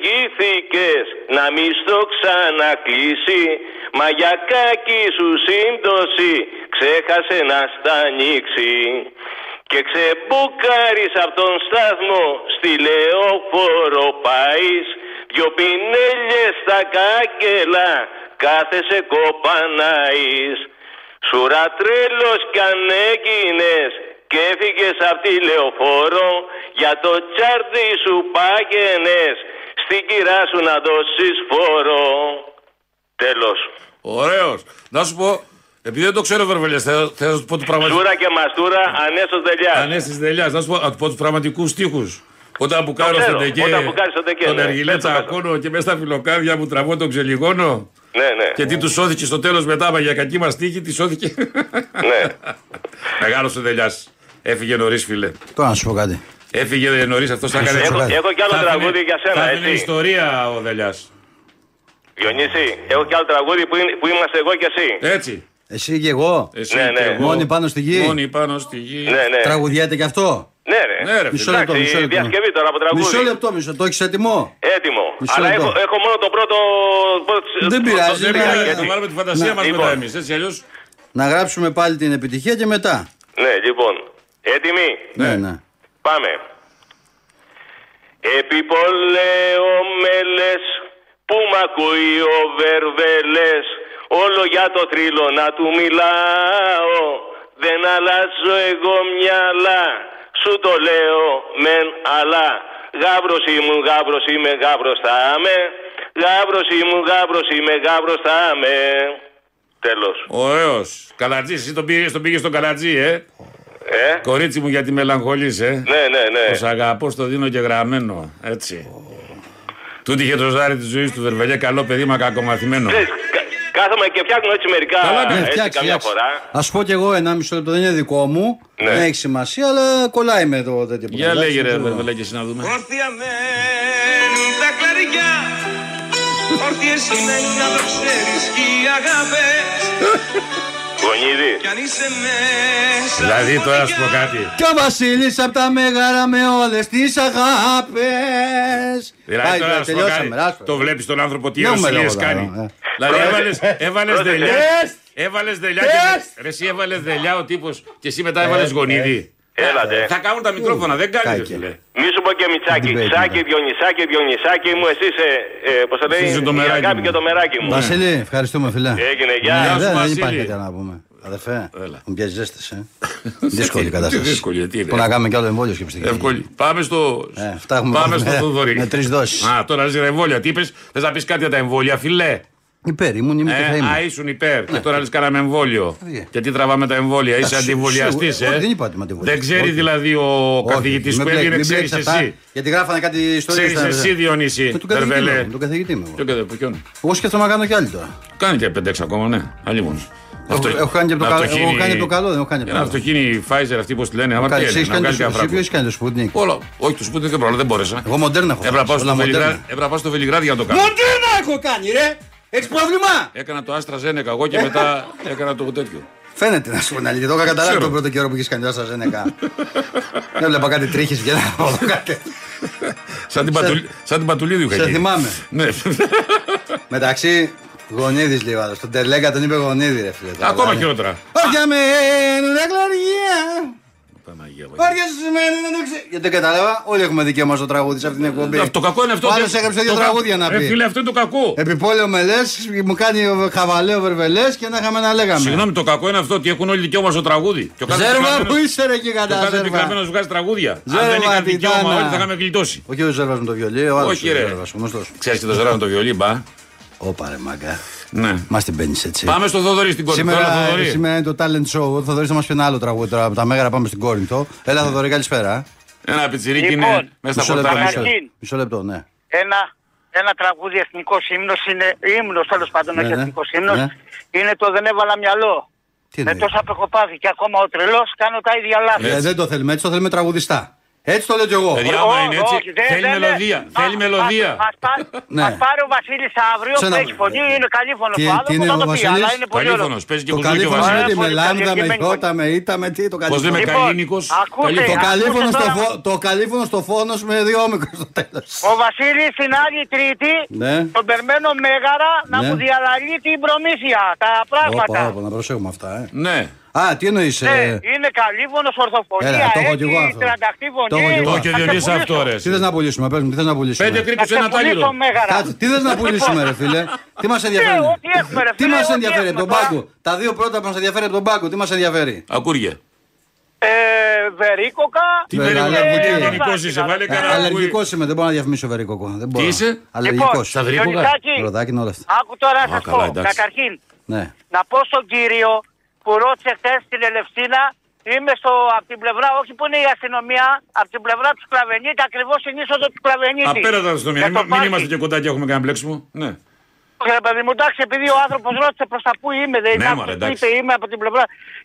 I: εξηγήθηκες να μη στο ξανακλείσει Μα για κάκη σου σύμπτωση ξέχασε να στα ανοίξει Και ξεμπουκάρεις από τον σταθμό στη λεωφόρο πάεις Δυο πινέλιες στα κάγκελα κάθεσαι κοπανάεις Σουρα τρέλος κι αν έγινες και έφυγες απ' τη λεωφόρο για το τσάρτι σου πάγαινες στην κυρά σου να δώσεις φόρο. Τέλος.
A: Ωραίος. Να σου πω, επειδή δεν το ξέρω, Βερβελιάς, θέλω θέλω να σου πω του πραγματικού.
I: Σούρα και μαστούρα ανέσως τελειάς.
A: Ανέστης Δελιάς, να σου πω, να του πω τους πραγματικούς στίχους. Όταν που κάνω
I: Το
A: στον
I: ξέρω,
A: Τεκέ,
I: όταν που κάνω στον Τεκέ,
A: τον
I: ναι.
A: Εργιλέ
I: Πες το, πες το.
A: τσακώνω και μέσα στα φιλοκάρια μου τραβώ τον ξελιγώνω.
I: Ναι, ναι.
A: Και τι τους σώθηκε στο τέλος μετά, μα για κακή μας τύχη, τη σώθηκε. (laughs)
I: Ναι.
A: Μεγάλο ο Δελιάς. Έφυγε νωρίς, φίλε.
B: Τώρα να σου πω κάτι.
A: Έφυγε νωρίς, αυτός θα έκανε.
B: Έχω-
I: Έχω κι άλλο
A: θα
I: τραγούδι
A: έφυγε-
I: για σένα,
A: θα έφυγε
I: έτσι.
A: ιστορία ο Δελιάς.
I: Διονύση, έχω και άλλο τραγούδι που, είναι, που είμαστε εγώ και εσύ.
A: Έτσι.
B: Εσύ και εγώ.
A: Εσύ
I: Ναι,
A: και
I: ναι.
A: εγώ.
B: Μόνοι πάνω στη γη.
A: Μόνοι πάνω στη γη.
I: Ναι, ναι.
B: Τραγουδιέται και αυτό.
I: Ναι, ρε.
A: Ναι, ρε,
B: Μισό
A: φίλε.
B: λεπτό, μισό λεπτό.
I: διασκευή τώρα από τραγούδι.
B: Μισό λεπτό, μισό. Το έχεις έτοιμο.
I: Έτοιμο.
B: Μισό
I: Αλλά
B: λεπτό.
I: έχω, έχω μόνο το πρώτο. πρώτο-
B: Δεν πειράζει,
A: Δεν
B: ναι,
A: πειράζει,
B: ναι.
A: θα βάλουμε τη φαντασία μας μετά
I: Λοιπόν.
A: εμείς, έτσι αλλιώς.
B: Να γράψουμε πάλι την επιτυχία και μετά.
I: Ναι, λοιπόν. Έτοιμοι.
B: Ναι, ναι.
I: Πάμε. Επιπολέω μελές που μ' ακούει ο Βερβελές Όλο για το θρύλο να του μιλάω Δεν αλλάζω εγώ μυαλά Σου το λέω μεν αλλά Γάβρος ήμουν, γάβρος είμαι, γάβρος θα είμαι Γάβρος ήμουν, γάβρος είμαι, γάβρος θα είμαι Τέλος.
A: Ωραίος. Καλατζής, εσύ τον πήγες, τον πήγες στον Καλατζή, ε.
I: Ε,
A: Κορίτσι μου γιατί μελαγχολείς, ε.
I: ναι, ναι, ναι.
A: Σ' αγαπώ, στο δίνω και γραμμένο. Έτσι. Του είχε το ζάρι της ζωής του Βερβελιέ, καλό παιδί, μα κακομαθημένο.
I: Ξέρεις, κα- Κάθομαι και φτιάχνω έτσι μερικά
A: Καλά, ναι,
B: Ναι,
I: έτσι,
B: φτιάξε.
I: καμιά φορά.
B: Ας πω κι εγώ ένα μισό λεπτό, δεν είναι δικό μου.
I: Ναι.
B: Δεν έχει σημασία, αλλά κολλάει με το τέτοιο
A: Για
B: Εντάξει,
A: λέγε ρε
B: δεν ξέρω.
A: Βερβελιέ, και εσύ να δούμε.
J: Όρθια μένουν τα κλαριά Όρθιες είναι να το ξέρεις και οι αγάπες
I: Γονίδι.
J: Κι αν είσαι μέσα
A: Δηλαδή τώρα να σου πω κάτι.
B: Κι ο Βασίλης απ' τα μεγάλα με όλες τις αγάπες
A: Δηλαδή τώρα
B: τώρα,
A: να σου πω
B: τελειώσαμε, Ναι,
A: κάτι.
B: άστο.
A: Το βλέπεις τον άνθρωπο τι
B: Δεν μου
A: ερωσιλίε
B: λέω
A: κάνει.
B: τώρα, ε.
A: Δηλαδή έβαλες- έβαλες
I: Πρόσεξε.
A: δελιά.
B: Yes.
A: Έβαλες δελιά.
B: Yes.
A: και- Ρε, Εσύ έβαλες δελιά ο τύπος και εσύ μετά
B: Ε,
A: έβαλες γονίδι.
I: Ε, Έλατε.
A: Ε, Θα κάνουν τα μικρόφωνα, δεν κάνει. ρε
B: Κάκε.
A: φίλε.
I: Μη σου πω και Μιτσάκη.
B: Την πέτυχα.
I: Τσάκη, Διονυσάκη, Διονυσάκη μου, εσύ είσαι. Ε, Πώς το λέει,
A: Εσύ είσαι το
I: η
A: μεράκι
I: αγάπη
A: μου.
I: και το μεράκι μου. Ναι.
B: Βασίλη, ευχαριστούμε φιλά
I: Έγινε, γεια.
B: Ναι,
A: Γεια σου,
B: Δεν δεν
A: Βασίλη.
B: υπάρχει κάτι άλλο να πούμε Αδερφέ,
A: Έλα.
B: μου πιάζει ζέστες
A: (laughs)
B: ε. Δύσκολη η κατάσταση
A: Τι δύσκολη, τι είναι.
B: Που να κάνουμε κι άλλο εμβόλιο σκέψτε
A: Εύκολη. Πάμε στο.
B: Ε, αυτά έχουμε
A: Πάμε
B: με-
A: στο Θοδωρή.
B: με τρεις δόσεις.
A: Α, τώρα ζει εμβόλια. Τι είπες, θες να πεις κάτι για τα εμβόλια, φιλέ.
B: Υπέρ, ήμουν, είμαι και θα
A: Ε,
B: είμαι Ναι.
A: α, ήσουν υπέρ. Και τώρα λες κάναμε εμβόλιο.
B: Ε,
A: Και τι τραβάμε τα εμβόλια, είσαι
B: σι-
A: αντιβολιαστή.
B: σίγουρα.
A: Ε.
B: Όχι, δεν είπα ότι είμαι αντιβολιαστής.
A: Δεν ξέρει
B: Όχι.
A: δηλαδή ο
B: Όχι,
A: καθηγητή
B: μην
A: που
B: μπλέκ-
A: έβγαινε,
B: μην
A: ξέρει
B: μπλέκεις αυτά,
A: εσύ.
B: Γιατί γράφανε κάτι ιστορίες
A: Ξέρει
B: στα-
A: εσύ, Διονύση.
B: Το- Τον Ε, καθηγητή
A: Βερβελέ.
B: μου, τον καθηγητή μου εγώ.
A: Ποιο και ποιον.
B: Εγώ σκέφτομαι να κάνω κι άλλη τώρα
A: Κάνει και 5-6 ακόμα, ναι. Αλλήμον.
B: Έχω- έχω κάνει και από το καλό- έχω κάνει από το καλό, δεν έχω κάνει από το
A: Να
B: άλλο.
A: αυτοκίνη η Pfizer αυτή, πώς τη λένε, άμα
B: Κα- εσύ
A: πιένει,
B: έχεις
A: να
B: κάνει
A: βγάλει
B: το- εσύ
A: κανένα
B: ποιο
A: φράγκο.
B: έχεις κάνει το Sputnik
A: Όλα. Όχι, το Sputnik δεν πρόλαβα, δεν μπόρεσα.
B: Εγώ μοντέρνα έχω
A: Έπρεπε να πάω
B: όλα
A: στο Βελιγράδι-
B: μοντέρνα.
A: έπρεπε να πάω στο Βελιγράδι για να το κάνω.
B: Μοντέρνα έχω κάνει ρε Έχεις πρόβλημα
A: Έκανα το Άστρα Ζένεκα εγώ και
B: (laughs)
A: μετά έκανα το τέτοιο.
B: Φαίνεται να σου πω την αλήθεια. Το είχα καταλάβει
A: Ξέρω.
B: τον πρώτο καιρό που είχες κάνει το Αστραζένεκα. Δεν βλέπα κάτι τρίχες και να πω κάτι.
A: Σαν την,
B: Σε-
A: πατουλ... σαν την Πατουλίδου είχα
B: σε
A: γίνει.
B: θυμάμαι.
A: Ναι.
B: Μεταξύ Γονίδης λέει ο άλλος. Τον Τελέγκα τον είπε Γονίδη, ρε φίλε. τώρα,
A: Ακόμα
B: δηλαδή.
A: χειρότερα.
B: Όρια με τα κλαριά.
A: Παναγία μου.
B: Όρια σου με να το ξέρει. Γιατί δεν κατάλαβα, όλοι έχουμε δικαίωμα στο τραγούδι σε αυτήν την εκπομπή.
A: Ε, Αυτό το κακό είναι αυτό.
B: Ο
A: ότι-
B: άλλος έγραψε δύο
A: το κα-
B: τραγούδια να
A: Ε,
B: πει.
A: Φίλε, αυτό είναι το κακό.
B: Επιπόλαιο με λες, μου κάνει ο χαβαλέο βερβελές και να είχαμε να λέγαμε.
A: Συγγνώμη, το κακό είναι αυτό ότι έχουν όλοι δικαίωμα στο τραγούδι. Και ο κάθε
B: Ζέρβα
A: επιγραμμένος-
B: που είσαι ρε και
A: και ο κάθε
B: κατά
A: επιγραμμένος βγάζει τραγούδια. Αν
B: Ζέρβα,
A: δεν είχαν δικαίωμα
B: τιτάνα.
A: όλοι θα είχαμε γλιτώσει.
B: Όχι ο Ζέρβας με το βιολί, ο άλλος.
A: Όχι, ρε. Ξέρει και το ζεράνο το βιολί, μπα.
B: Όπα ρε μάγκα.
A: Ναι.
B: Μας την παίρνεις έτσι.
A: Πάμε στο Θοδωρή στην κορυφή.
B: Σήμερα, ε, σήμερα είναι το talent show. Ο Θοδωρής θα μας πει ένα άλλο τραγούδι τώρα από τα μέγαρα. Πάμε στην Κόρινθο. Έλα, Θοδωρή, καλησπέρα.
A: Ένα πιτσιρίκι
K: Λοιπόν,
A: είναι μέσα στα
B: Μισό λεπτό,
A: φορτάρια.
B: μισό,
K: Καταρχήν.
B: λεπτό. μισό λεπτό, ναι.
K: ένα, ένα τραγούδι εθνικός ύμνος είναι. ύμνος τέλος πάντων,
B: Ναι,
K: όχι
B: ναι.
K: εθνικός ύμνος.
B: Ναι.
K: Είναι το Δεν έβαλα μυαλό.
B: Τι
K: Με
B: είναι.
K: τόσα που έχω πάθει και ακόμα ο τρελός κάνω τα ίδια λάθη.
B: Ε, δεν το θέλουμε έτσι, το θέλουμε τραγουδιστά. Έτσι το λέω κι εγώ.
A: Παιδιά,
K: Ω,
A: άμα είναι έτσι,
K: όχι, δεν-
A: θέλει
K: δεν-
A: μελωδία.
K: δεν-
A: Θέλει
K: Α,
A: μελωδία.
K: ας- ας πάρ-
B: Ναι.
K: Ας πάρει ο Βασίλης αύριο
B: Ξανά-
K: που έχει φωνή, είναι καλύφωνο
B: Τι-
K: το
B: τι
K: άλλο.
B: είναι
K: Θα
B: ο
K: το πει,
B: Βασίλης?
K: αλλά είναι πολύ ωραίο.
A: Καλύφωνος, παίζει και
B: Το
A: κουζούκι ο
B: καλύφωνο
A: Βασίλης.
B: με τη
K: Πάρα πολύ
B: μελάνδα, με
K: καλλιεργημένη
B: χώτα, με ήττα, με τι, το καλύφωνο.
A: λέμε,
B: Το
K: Λοιπόν,
A: καλλινικός.
K: ακούστε,
A: Καλύφωνος.
K: ακούστε
B: καλύφωνο στο
K: Λοιπόν, τώρα.
B: φω- Το καλύφωνο στο φόνος με δύο όμικρο στο τέλος.
K: Ο Βασίλης την άλλη Τρίτη
B: Ναι.
K: τον περμένω μέγαρα να
B: Ναι.
K: μου διαλαλεί την προμήθεια. Τα πράγματα.
B: Όπα, όπα, να προσέχουμε αυτά. ε.
A: Ναι.
B: Α, τι ε, εννοείς.
K: Ναι, είναι καλύβωνο
B: Έλα,
K: ορθοφωνία.
B: το έχω κι
K: Έτσι,
B: εγώ αυτό.
K: τρανταχτή φωνή.
B: Το έχω κι εγώ.
A: Το και
K: ε, Θα σε
A: Διονύσης
K: πουλήσω.
A: αυτό, ρε.
B: Τι θες να πουλήσουμε, πες μου, τι θες να πουλήσουμε.
A: Πέντε
K: Θα
A: κρύπους,
K: σε
A: ένα
K: πουλήσω
A: τάγυρο.
K: μέγαρα.
B: Κάτσε, τι θες να πουλήσουμε, ρε φίλε. Τι μας ενδιαφέρει.
K: Ναι, ό,τι έχουμε, ρε
B: τι
K: φίλε,
B: μας
K: ό,τι
B: ενδιαφέρει από
K: έχουμε
B: τον
K: τώρα.
B: πάγκο. Τα δύο πρώτα που μας ενδιαφέρει από τον πάγκο, τι μας ενδιαφέρει.
A: Ακούργε.
K: Ε, βερίκοκα.
A: Τι
B: Ε,
A: περίπου
B: αλλεργική.
A: αλλεργικός είσαι, βάλε
B: Ε,
A: κανένα.
B: Αλλεργικός είμαι, δεν μπορώ να διαφημίσω βερικόκο. Δεν μπορώ.
A: είσαι?
K: Λοιπόν,
B: Αλλεργικό.
A: στα βρήκα.
K: Διονυσάκη,
B: Ροδάκι είναι όλα αυτά.
K: άκου τώρα να
A: Α,
K: σας
A: καλά,
K: πω.
A: εντάξει.
K: Καταρχήν,
B: Ναι.
K: να πω στον κύριο που ρώτησε χθες στην Ελευσίνα, είμαι στο, από την πλευρά, όχι που είναι η αστυνομία, από την πλευρά του Σκλαβενίτη, ακριβώς στην είσοδο του Σκλαβενίτη.
A: Απέραντα στο
K: Για το
A: μυαλό. Μην
K: πάρτι.
A: είμαστε και κοντά και έχουμε κανένα μπλέξιμο. Ναι.
K: Ρε παιδί μου, εντάξει, επειδή ο άνθρωπος ρώτησε προς τα πού είμαι, δεν
A: Ναι,
K: άκουσε
A: μωρέ,
K: που
A: εντάξει.
K: είπε, είμαι από την πλευρά,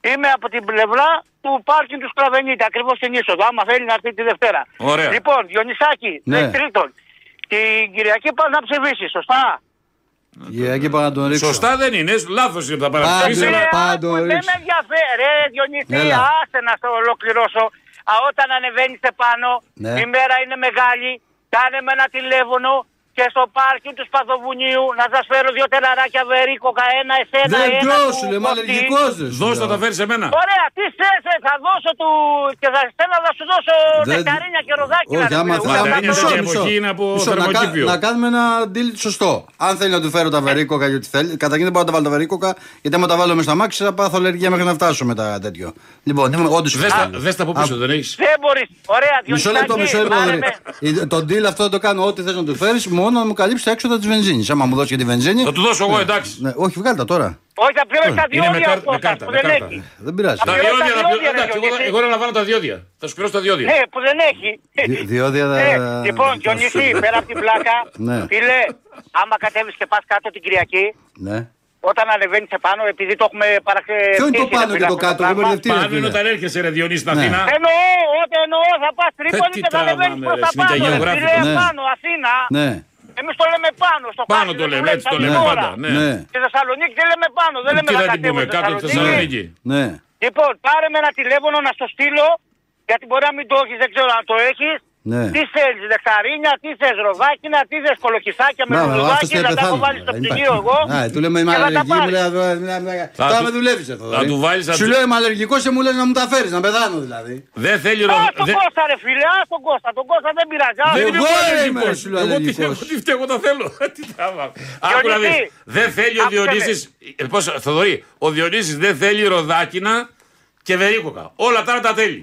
K: είμαι από την πλευρά του πάρκινγκ του Σκλαβενίτη, ακριβώ στην είσοδο. Άμα θέλει να έρθει τη Δευτέρα.
A: Ωραία.
K: Λοιπόν, Διονυσάκη,
B: Ναι.
K: ναι. τρίτον, την Κυριακή πας να ψηφίσεις, σωστά.
B: Για και πάω να τον ρίξω.
A: Σωστά δεν είναι, λάθο είναι που θα
B: Πάντων,
A: παραπτύξει.
K: Ρε,
B: πάντων,
K: άκου, Δεν
B: ρίξε.
K: με ενδιαφέρει, ρε Διονύση,
B: Έλα.
K: άσε να το ολοκληρώσω. Α, όταν ανεβαίνεις πάνω,
B: Ναι.
K: η μέρα είναι μεγάλη, κάνε με ένα τηλέφωνο και στο πάρκι του Σπαθοβουνίου να σας φέρω δύο τελαράκια βερίκοκα, ένα εσένα,
B: Δεν
K: ένα
B: τρώω
K: του
B: σου, λέει, μα
K: Κωστή.
B: αλλεργικό δεν σου
A: Δώσ'
B: λέω.
A: το, τα φέρεις σε μένα.
K: Ωραία, τι θες, ε, θα δώσω του και θα θέλω να σου δώσω
B: Δεν-
K: νεκταρίνια και ροδάκια.
B: Όχι, άμα
A: Μα
B: θέλει. άμα-
A: δεν είναι
B: μισό,
A: τέτοια
B: μισό.
A: εποχή, είναι από
B: Μισό, να, κα-
A: θερμοκήπιο. Ε.
B: να κάνουμε ένα deal σωστό. Αν θέλει να του φέρω τα βερίκοκα και ό,τι θέλει. Καταρχήν δεν μπορώ να τα βάλω τα βερίκοκα, γιατί άμα τα βάλω με στα μάξι θα πάθω αλλεργία μέχρι να φτάσω μετά τέτοιο. Λοιπόν, όντως.
A: Δες τα- Δες τα από πίσω, δεν έχεις.
K: Δεν μπορείς, ωραία, Διονυσάκη,
B: Μισό λεπτό, μισό λεπτό.
K: πάρε με.
B: Ε, Το deal αυτό το κάνω ό,τι θες να του φέρεις, μόνο να μου καλύψει τα έξοδα της βενζίνης. Άμα μου δώσει και τη βενζίνη.
A: Θα του δώσω εγώ, εντάξει.
B: Ναι, όχι, βγάλ' τα τώρα.
K: Όχι, θα πληρώσεις τα
A: Ε, Είναι με
K: διόδια
A: κάρτα- με
K: αυτός
A: κάρτα,
K: που
A: με
K: δεν
A: κάρτα.
K: έχει.
B: Δεν πειράζει.
A: Τα
K: πληρώνω τα
A: διόδια, να
K: διόδια,
A: πληρώ-
K: ρε,
A: εντάξει, εγώ-
K: Διονύση.
A: εγώ αναλαμβάνω τα διόδια. Θα σου πληρώσω τα
K: Ναι,
A: διόδια.
K: που δεν έχει.
B: Δι- διόδια
K: Ναι,
B: θα-
K: Λοιπόν,
B: θα
K: Διονύση,
B: σου-
K: πέρα από την πλάκα,
B: (laughs) Ναι.
K: φίλε, άμα κατέβεις και πας κάτω την Κυριακή,
B: Ναι.
K: όταν ανεβαίνεις επάνω, επειδή το έχουμε παραξε-
B: Ποιο είναι το
K: πτήσει,
B: πάνω
K: ρε,
B: και το
K: φίλε, Ε,
B: κάτω,
K: αυτό
B: εγώ
K: πράγμα.
B: μπερδευτεί. ρε,
A: Πάνω είναι
B: φίλε.
A: όταν έρχεσαι ρε Διονύση στην
B: Ναι.
A: Αθήνα.
K: Εννοώ, ό,τι εννοώ, θα πας
A: Ε,
K: Τρίπολη
A: τι
K: και θα
A: τράβαμε,
K: ανεβαίνεις προς
A: ρε,
K: τα
A: συνήθεια
K: πάνω, ρε,
A: γεωγράφικα.
K: φίλε,
B: Ναι.
K: πάνω, Αθήνα.
B: Ναι.
K: Εμείς το λέμε πάνω, στο
A: Πάνω
K: χάρτη
A: το
K: δεν
A: λέμε,
K: λέμε,
A: έτσι το
K: σαν
A: λέμε
K: τώρα.
A: πάντα, ναι. Ε,
B: Ναι.
K: Στη Θεσσαλονίκη δεν λέμε πάνω, δεν λέμε
A: Τι
K: να
A: θα την
K: κατέβουμε
A: πούμε,
K: στη
A: κάτω από τη Θεσσαλονίκη.
B: Ναι.
K: Λοιπόν, πάρε με ένα τηλέφωνο να στο στείλω, γιατί μπορεί να μην το έχεις, δεν ξέρω αν το έχεις.
B: Ναι.
K: Τι θέλεις, δεχταρίνια, τι θες ροδάκινα, τι θες κολοκυθάκια με
B: Να,
K: ρουδάκι,
B: αυτός
K: να
B: θα
K: τα έχω
B: πεθάνει,
K: βάλει στο
B: δεν
K: ψυγείο
B: υπάρχει.
K: εγώ.
B: Α, Ε, του λέμε είμαι
K: και θα τα
B: αλλεργική, μου
K: πάρεις.
B: λέει. «Αδω, μιλά, μιλά».
A: Θα
B: Τώρα
A: του-
B: με δουλεύεις αυτό.
A: θα του βάλεις, θα
B: Σου
A: του-
B: λέω είμαι αλλεργικός και μου λες να μου τα φέρεις, να πεθάνω δηλαδή.
A: Δεν θέλει ρο...
K: Α, τον
A: δεν-
K: Κώστα ρε φίλε, α, τον Κώστα, τον Κώστα δεν πειράζει.
A: Δεν
B: Εγώ
A: είμαι
B: είμαι,
A: αλλεργικός.
B: σου λέω,
A: Εγώ τι
B: αλλεργικός.
A: εγώ τι φταίω, εγώ τα θέλω. (laughs) Τι τράβα. Άκου να δεις.
K: Διονύση.
A: Δεν θέλει ο
K: Άκουσε με.
A: Διονύσης... Ε, Πώς, Θοδωρή, ο Διονύσης δεν θέλει ροδάκινα και βερίκοκα. Όλα τα άλλα τα θέλει.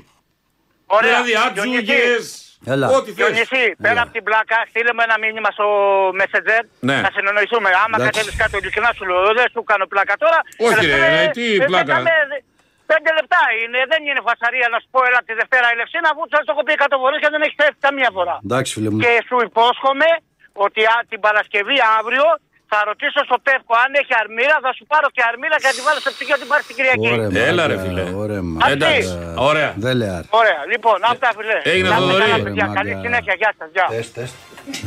A: Δηλαδή άτζουγες,
B: Έλα.
A: ό,τι θες.
K: Διονυσή, πέρα από την πλάκα, στείλε με ένα μήνυμα στο Messenger
A: Ναι.
K: να συνεννοηθούμε. Άμα
B: Εντάξει.
K: κατέβει κάτω, ειλικρινά σου λέω, δεν σου κάνω πλάκα τώρα.
A: Όχι, ρε,
K: Τελευταία,
A: ρε, τι
K: ε,
A: πλάκα.
K: πέταμε, δε- Πέντε λεπτά είναι, δεν είναι φασαρία να σου πω, έλα τη Δευτέρα η Λευσίνα, αφού σας το έχω πει εκατό φορές και δεν έχεις έρθει καμία φορά.
B: Εντάξει, φίλε μου.
K: Και σου υπόσχομαι ότι α, την Παρασκευή αύριο θα ρωτήσω στο Πεύκο αν έχει αρμύρα, θα σου πάρω και αρμύρα και θα τη βάλω στο ψυγείο την πάρεις την Κυριακή.
B: Ωραία, μάγκα,
A: Έλα, ρε, φίλε.
B: Ωραία,
K: Αυτή.
B: μάγκα.
A: Εντάξει, ωραία.
B: Δεν λέει
K: Ωραία, λοιπόν, αυτά φιλέ.
A: Έγινε,
K: Να είστε
A: Θοδωρή.
K: καλά, παιδιά.
B: Ωραία,
K: Καλή
B: μάγκα.
K: συνέχεια, γεια σας, γεια.
B: Τεστ, τεστ.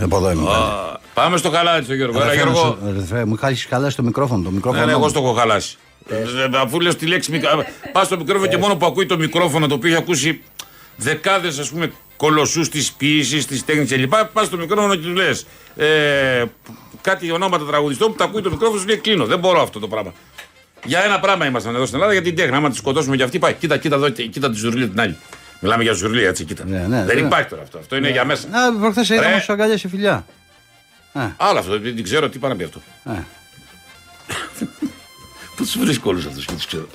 B: Από εδώ είμαι. πάλι.
A: Α, Πάμε στο χαλάτι στο Γιώργο. Έλα
B: Ρε, θέλω
A: Γιώργο.
B: να σου- ρε, Φρέ, Μου χάσει καλά στο μικρόφωνο. Το
A: Ναι,
B: μικρόφωνο.
A: ναι, εγώ στο έχω χαλάσει. Ε, Αφού λες τη λέξη
B: Ε.
A: μικρο... Πας στο μικρόφωνο και μόνο που ακούει το μικρόφωνο το οποίο έχει ακούσει δεκάδες ας πούμε κολοσσούς της ποιήσης, της τέχνης κλπ. Πας στο μικρόφωνο και τους λες ε, κάτι ονόματα τραγουδιστών που τα ακούει το μικρόφωνο σου λέει κλείνω. Δεν μπορώ αυτό το πράγμα. Για ένα πράγμα ήμασταν εδώ στην Ελλάδα για την τέχνη. Άμα τη σκοτώσουμε και αυτή, πάει. Κοίτα, κοίτα, εδώ, κοίτα τη ζουρλή την άλλη. Μιλάμε για ζουρλή, έτσι, κοίτα.
B: Ναι, ναι,
A: δεν
B: ναι.
A: υπάρχει τώρα αυτό. Αυτό είναι για μέσα.
B: Α, προχθέ είδα
A: Ρε.
B: να σου αγκαλιάσει φιλιά. Ναι.
A: Άλλο αυτό, δεν δεν ξέρω τι πάνε να πει αυτό.
B: Ε.
A: (laughs) Πού του βρίσκω όλους αυτούς και τους ξέρω.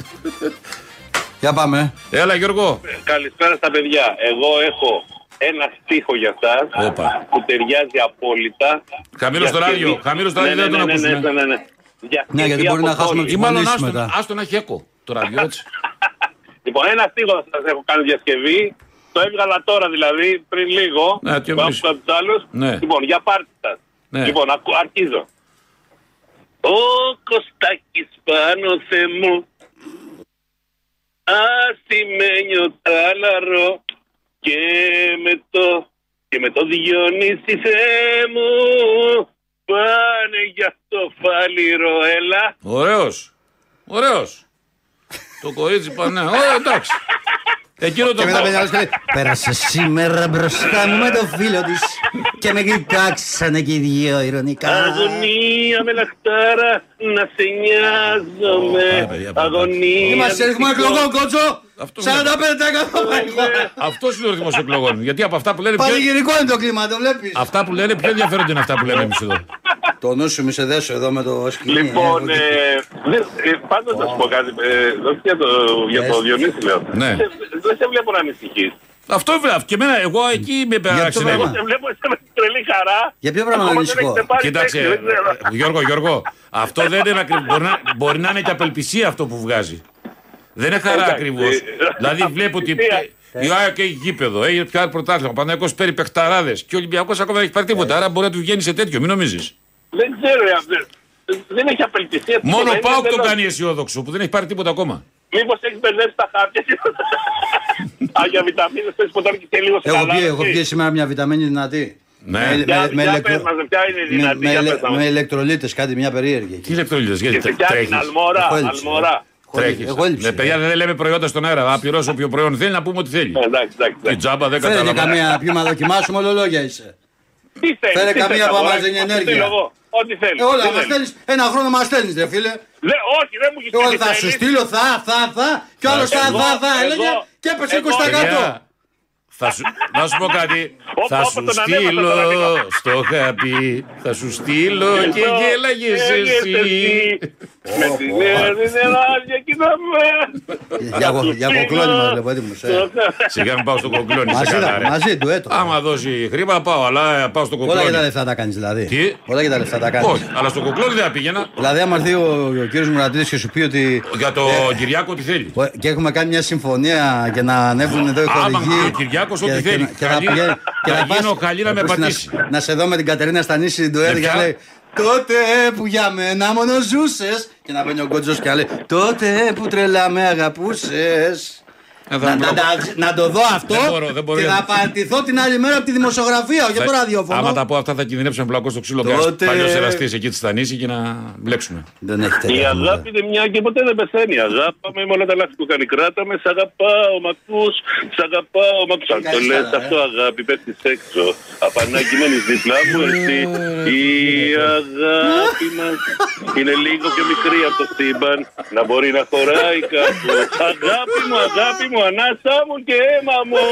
B: Για πάμε.
A: Έλα, Γιώργο.
E: Καλησπέρα στα παιδιά. Εγώ έχω ένας στίχο για αυτά
A: Όπα.
E: που ταιριάζει απόλυτα.
A: Χαμήλω στο
E: Για σκευή-
A: ράδιο. Χαμήλω στο ράδιο
E: Ναι,
A: δεν
E: ναι,
A: τον
E: ναι, ναι,
A: ακούσουμε.
E: ναι, ναι, ναι. Για
B: Ναι,
E: σκευή
B: γιατί μπορεί να
E: από
B: χάσουμε
E: πόλη.
A: Ή μάλλον
B: συμφωνήσεις
A: άστον,
B: μετά.
A: άστον να έχει έκο το ράδιο, έτσι.
E: (laughs) Λοιπόν, ένα στίχο θα σας έχω κάνει διασκευή. Το έβγαλα τώρα δηλαδή, πριν λίγο.
A: Ναι, τι
E: που
A: έβγαλες.
E: άκουσα τους άλλους.
A: Ναι.
E: Λοιπόν, για πάρτι σας.
A: Ναι.
E: Λοιπόν, ακου- αρχίζω. Ο Κωστάκης πάνω θεμό Ασημένιο τάλαρο και με το και με το Διονύση Θεέ μου πάνε για το φάληρο έλα
A: Ωραίος. Ωραίος. Το κορίτσι πάνε. Ωραία, εντάξει. Εκείνο το
B: Και μετά παιδιά
A: κο-
B: άλλος και λέει, Πέρασε σήμερα μπροστά μου με το φίλο της και με κοιτάξανε και οι δύο ηρωνικά.
E: Αγωνία με λαχτάρα να σε
A: Πάμε,
E: νοιάζομαι
A: παιδιά, πάμε.
E: Αγωνία
B: Είμαστε έριχμα εκλογών, κότσο! 45%
A: Αυτό είναι.
B: παρελθόν.
A: Αυτός είναι ο ρυθμός εκλογών. Γιατί από αυτά που λένε. Πιο...
B: Πανηγυρικό είναι το κλίμα, το βλέπεις.
A: Αυτά που λένε πιο ενδιαφέροντα είναι αυτά που λέμε εμείς εδώ.
B: Το νου σου μη σε δέσω εδώ με το σκηνή.
E: Λοιπόν,
A: Ναι,
B: ε,
E: ε, δεν- ε, πάντως θα σου πω κάτι, ε, όχι για το, για το
B: Πες.
E: Διονύση λέω.
A: Ναι.
E: Δεν δεν σε βλέπω να ανησυχείς.
A: Αυτό βέβαια. Και εμένα, εγώ εκεί με
B: πράγμα.
A: παραξενεύω.
E: Σε βλέπω σε με τρελή χαρά.
B: Για ποιο πράγμα να
E: Ακόμα δεν
B: ανησυχώ?
E: έχετε πάρει
A: Κοίταξε,
E: θέση, δεν ξέρω.
A: ε, Γιώργο, Γιώργο, αυτό δεν είναι ακριβώ. Μπορεί, να- μπορεί να είναι και απελπισία αυτό που βγάζει. Δεν είναι χαρά
E: Εντάξει. ε,
A: ακριβώς. δηλαδή βλέπω ότι. Ε,
E: Απελπισία.
A: Η ΑΕΚ έχει γήπεδο, έχει πια πρωτάθλημα. Παναγιακό παίρνει παιχταράδες. Και ο Ολυμπιακός ακόμα δεν έχει πάρει τίποτα. Άρα μπορεί να του βγαίνει σε τέτοιο, μην νομίζεις.
E: Δεν ξέρω, ε, δεν- δεν έχει απελπισία.
A: Μόνο ο
E: Είναι
A: Πάουκ τον
E: εντελώς-
A: κάνει αισιόδοξο που δεν έχει πάρει τίποτα ακόμα.
E: Μήπως έχεις μπερδέψει τα
A: (laughs)
E: χάπια. Α, για βιταμίνες, θες ποτάμι και σε λίγο σε
B: Έχω
E: καλά.
B: πιει, έχω
E: έτσι.
B: πιει σήμερα μια βιταμίνη δυνατή.
A: Ναι.
B: Με- με-
E: Ποια-
B: με
E: ποια
B: ηλεκτρο-
E: πες μας, ποια είναι η
B: με-
E: δυνατή,
B: με
E: για
B: ηλε-
E: πες μας.
B: Με ηλεκτρολίτες, κάτι μια περίεργη. εκεί.
A: Τι ηλεκτρολίτες, γιατί
E: Και φτιάχνει
A: τρέχεις.
E: αλμόρα,
B: Έχω έλειψη,
E: αλμόρα.
B: Έχω έλειψη, έχω έλειψη.
A: παιδιά δεν λέμε προϊόντα στον αέρα. Να πληρώσω όποιο προϊόν θέλει να πούμε ότι θέλει.
E: Ε, Εντάξει, εντάξει.
A: Η
E: εντάξει.
A: τζάμπα δεν
B: Φέρε και
A: κατάλαβα.
B: καμία να πιούμε να δοκιμάσουμε όλο λόγια είσαι.
E: Τι θέλεις,
B: Φέρε
E: τι
B: καμία
E: θέλει,
B: που άμα
E: αγοράκι,
C: ε,
B: δίνει
E: ό,τι
B: ενέργεια.
E: θέλω εγώ, Ό,τι θέλεις.
B: Ε, όλα μας στέλνεις, ένα χρόνο μας στέλνεις ρε φίλε.
E: Ναι, Όχι, δεν μου έχεις
B: Εγώ
E: στείλει,
B: Ε, θα σου
E: θέλεις.
B: στείλω θα, θα, θα και ο άλλος θα,
E: Εγώ,
B: θα, θα
E: εγώ,
B: έλεγε και έπεσε
E: εγώ.
B: 20%.
A: Παιδιά, Θα σου, να σου πω κάτι.
E: Όπα,
A: θα
E: όπα,
A: σου
E: τον ανέβασα
A: στείλω
E: τον amigo.
A: στο χαπί. Θα σου στείλω και
E: Εδώ,
A: γέλαγες
E: έγιες
A: εσύ.
E: Ε, Με τη νέα δεν είναι άδεια, κοιτάμε.
B: Για κο- Για κοκλώνημα βλέπω έτοιμος. ε.
A: Σιγά μην πάω στο κοκλόνι. σε
B: Μαζί,
A: καλά,
B: τα-
A: ρε.
B: μαζί του έτο.
A: Άμα δώσει χρήμα πάω, αλλά ε, πάω στο
B: Όλα
A: κοκλόνι.
B: για τα λεφτά τα κάνεις δηλαδή.
A: Τι?
B: Όλα για τα λεφτά τα κάνεις.
A: Όχι, αλλά στο κοκλόνι δεν θα πήγαινα.
B: Δηλαδή, άμα έρθει ο, ο κύριος Μουρατίδης και σου πει ότι. Ε,
A: Για το Κυριάκο τι θέλει.
B: Ο- Και έχουμε κάνει μια συμφωνία και να ανέβουν εδώ οι
A: Άμα
B: χορηγοί.
A: ο Κυριάκος ό,τι
B: και- και
A: θέλει.
B: να- Και να
A: Καλή-
B: πηγαίνει. και
A: να
B: πας-
A: γίνω καλή να με
B: Ακούστε,
A: πατήσει.
B: σε- Να σε δω με την Κατερίνα Στανίση την Τουέρ
A: Με
B: και να
A: ποια?
B: λέει. Τότε που για μένα μόνο ζούσες Και να μπαίνει ο κότζο και να λέει. Τότε που τρελά με αγαπούσες
A: Ε, θα
B: Να,
A: μου
B: να-
A: το-
B: να- να το δω αυτό
A: Δεν μπορώ, δεν μπορώ.
B: και να παρατηθώ την άλλη μέρα από τη δημοσιογραφία, όχι από το
A: Θα-
B: ραδιόφωνο.
A: Άμα τα πω αυτά θα κινδυνεύσω να πλακώ στο ξύλο
B: Τότε-
A: Τότε... παλιός εραστής εκεί της Θανίση και να μπλέξουμε.
B: Δεν έχει
E: Η
B: τέτοια. πράγματα.
E: αγάπη είναι μια και ποτέ δεν πεθαίνει. η Αγάπη με όλα τα λάθη που κάνει. Κράτα με, σ' αγαπάω, μ' ακούς, σ' αγαπάω, μ' ακούς. Αν το
B: Καλησπέρα,
E: λες
B: ε.
E: αυτό αγάπη, πέφτεις έξω. Απανάκι μένεις δίπλα μου,
B: Ε,
E: εσύ. Η αγάπη μας είναι λίγο πιο μικρή από το σύμπαν, να μπορεί να χωράει κάπου. Αγάπη μου, αγάπη μου, ανάσα μου και αίμα μου.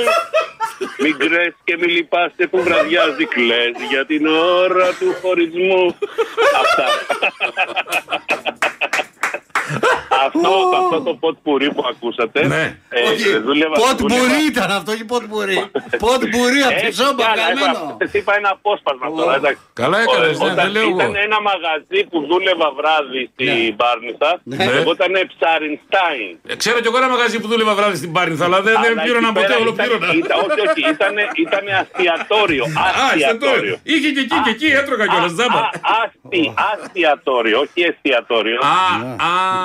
E: Μην κρες και μην λυπάσαι που βραδιάζει κλαις για την ώρα του χωρισμού. Αυτά. Αυτό, αυτό το ποτ πουρί που ακούσατε.
A: Ναι.
E: ε,
B: Όχι,
E: δούλευα-
B: Ποτ
E: δούλευα-
B: μπουρί ήταν αυτό, όχι ποτ μπουρί. Ποτ μπουρί από τη
E: Έχει κι
B: σόμπα,
E: άλλα,
B: καμένο.
E: έχω- σας είπα ένα απόσπασμα τώρα. εντάξει.
A: Καλά έκανες,
E: Ω,
A: ναι,
E: όταν
A: δεν λέω
E: ήταν
A: εγώ.
E: ένα μαγαζί που δούλευα βράδυ στη Μπάρνιθα,
B: Ναι.
E: λεγόταν Ψαρινστάιν.
A: Ε, Ξέρω κι εγώ ένα μαγαζί που δούλευα βράδυ στην Πάρινθα, αλλά δεν, δεν
E: Αλλά
A: πλήρωνα
E: εκεί
A: ποτέ,
E: πέρα
A: όλο
E: ήταν-
A: πλήρωνα.
E: ήταν- Όχι, όχι, ήταν, ήταν αστιατόριο.
A: Α,
E: Αστιατόριο.
A: εστιατόριο. Είχε και εκεί και εκεί, έτρωγα κιόλας, τζάμπα.
E: Α, άστι- Αστιατόριο, όχι εστιατόριο.
A: Α,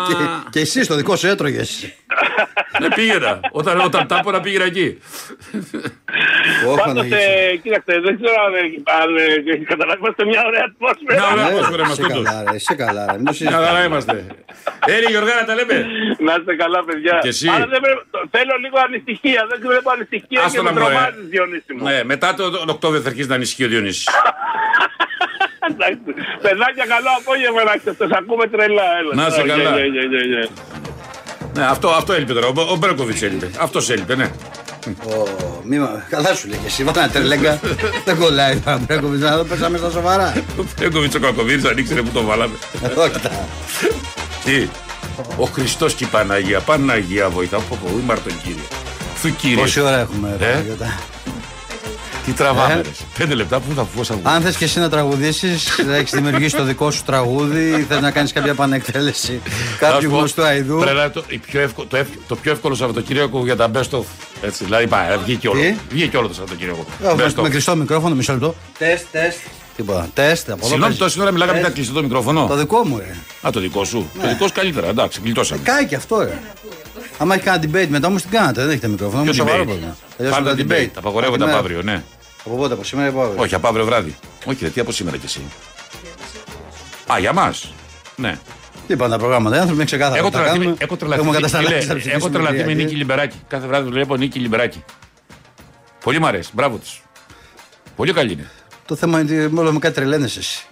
B: Και,
A: α,
B: και εσύ το δικό σου έτρωγες.
A: ναι πήγαινα. Όταν, όταν τάπορα πήγαινα εκεί.
E: Πάντω, κοίταξε, δεν ξέρω αν, αν ε, καταλάβει, είμαστε μια ωραία ατμόσφαιρα.
A: Να, ωραία, πώς
B: Εσύ Ναι, Ε, καλά, ρε, εσύ καλά. Ρε, μην το
A: Να καλά
B: συζητάς.
A: είμαστε. Έρη Γιωργάνα τα λέμε.
E: Να είστε καλά, παιδιά.
A: Και εσύ.
E: Άρα δεν πρέπει- το- θέλω λίγο ανησυχία. Δεν βλέπω ανησυχία
A: Άστο
E: και με
A: να μου, ε.
E: τρομάζει, Διονύση μου.
A: Ναι, μετά το- τον Οκτώβριο θα αρχίσει να ανησυχεί ο Διονύσης.
E: Εντάξει. Παιδάκια, καλό απόγευμα να ξέρετε. Σας ακούμε τρελά. Έλα.
A: Να είστε
E: Γεια,
A: καλά.
E: γεια, γεια, γεια, γεια.
A: Ναι, αυτό, αυτό έλειπε τώρα. Ο, ο Μπέρκοβιτ έλειπε. Αυτός έλειπε, ναι.
B: Ω, μη μα- Καλά σου λέει και εσύ, βάλα τρελέγκα. Δεν κολλάει να πρέπει να δω, πέσαμε στα σοβαρά.
A: (laughs) Ο Μπέρκοβιτ ο Κακοβίδη δεν ήξερε που τον βάλαμε.
B: Εδώ κοιτά.
A: Τι. Ο Χριστός και η Παναγία. Παναγία βοηθά. Πω, πω, ήμαρ τον κύριο. Του κύριε.
B: Πόση ώρα έχουμε,
A: Ε.
B: Παναγιώτα.
A: Τι τραβάμε.
B: Ε.
A: ρε. Πέντε λεπτά που θα βγω. θα βγω.
B: Αν θες και εσύ να τραγουδήσεις, θα έχεις δημιουργήσει το δικό σου τραγούδι, θες να κάνεις κάποια επανεκτέλεση
A: Θα σου
B: κάποιου
A: πω,
B: γνωστού αειδού.
A: πρέπει να είναι το, η πιο εύκολο, το, εύκολο, το πιο εύκολο Σαββατοκύριακο για τα best of. Έτσι, δηλαδή πάει, βγήκε όλο.
B: Τι?
A: Βγήκε όλο το Σαββατοκύριακο.
B: Ε,
A: Best
B: Με
A: of.
B: κλειστό μικρόφωνο, μισό λεπτό. Τεστ, τεστ. Τίποτα. Τεστ, από εδώ
A: Συγγνώμη,
B: παίζεις.
A: τόση ώρα μιλάγαμε
B: Ε.
A: ήταν κλειστό το μικρόφωνο.
B: Το δικό μου, ε. Ναι. ρε.
A: Α, το δικό σου. Το δικό σου καλύτερα, εντάξει, γλιτώσαμε.
B: Κάει και αυτό, ρε. Άμα έχει κανένα debate μετά, όμως την κάνατε. Δεν έχετε μικρόφωνο. Είναι
A: Ποιο
B: σοβαρό
A: debate.
B: πρόβλημα.
A: Πάντα
B: Τελειώσαμε τα
A: debate. Απαγορεύονται
B: Από
A: από
B: τη
A: αύριο, ναι.
B: μέρα. Από πότε, από σήμερα ή από αύριο.
A: Όχι, από αύριο βράδυ. Όχι, ρε, τι από σήμερα κι εσύ. Α, για μας. Ναι.
B: Τι είπαν τα προγράμματα, οι άνθρωποι είναι ξεκάθαρα.
A: Έχω
B: τα
A: τρελαθεί, με-
B: κάνουμε.
A: έχω τρελαθεί,
B: Έχουμε
A: με-
B: κατασταλάξει.
A: φίλε,
B: θα ψηφίσουμε
A: έχω τρελαθεί με
B: Κυριακή.
A: Νίκη Λιμπεράκη. Κάθε βράδυ βλέπω Νίκη Λιμπεράκη. Πολύ μ' αρέσει. Μπράβο τη. Πολύ καλή είναι.
B: Το θέμα είναι ότι μόνο με κάτι τρελαίνεσαι εσύ.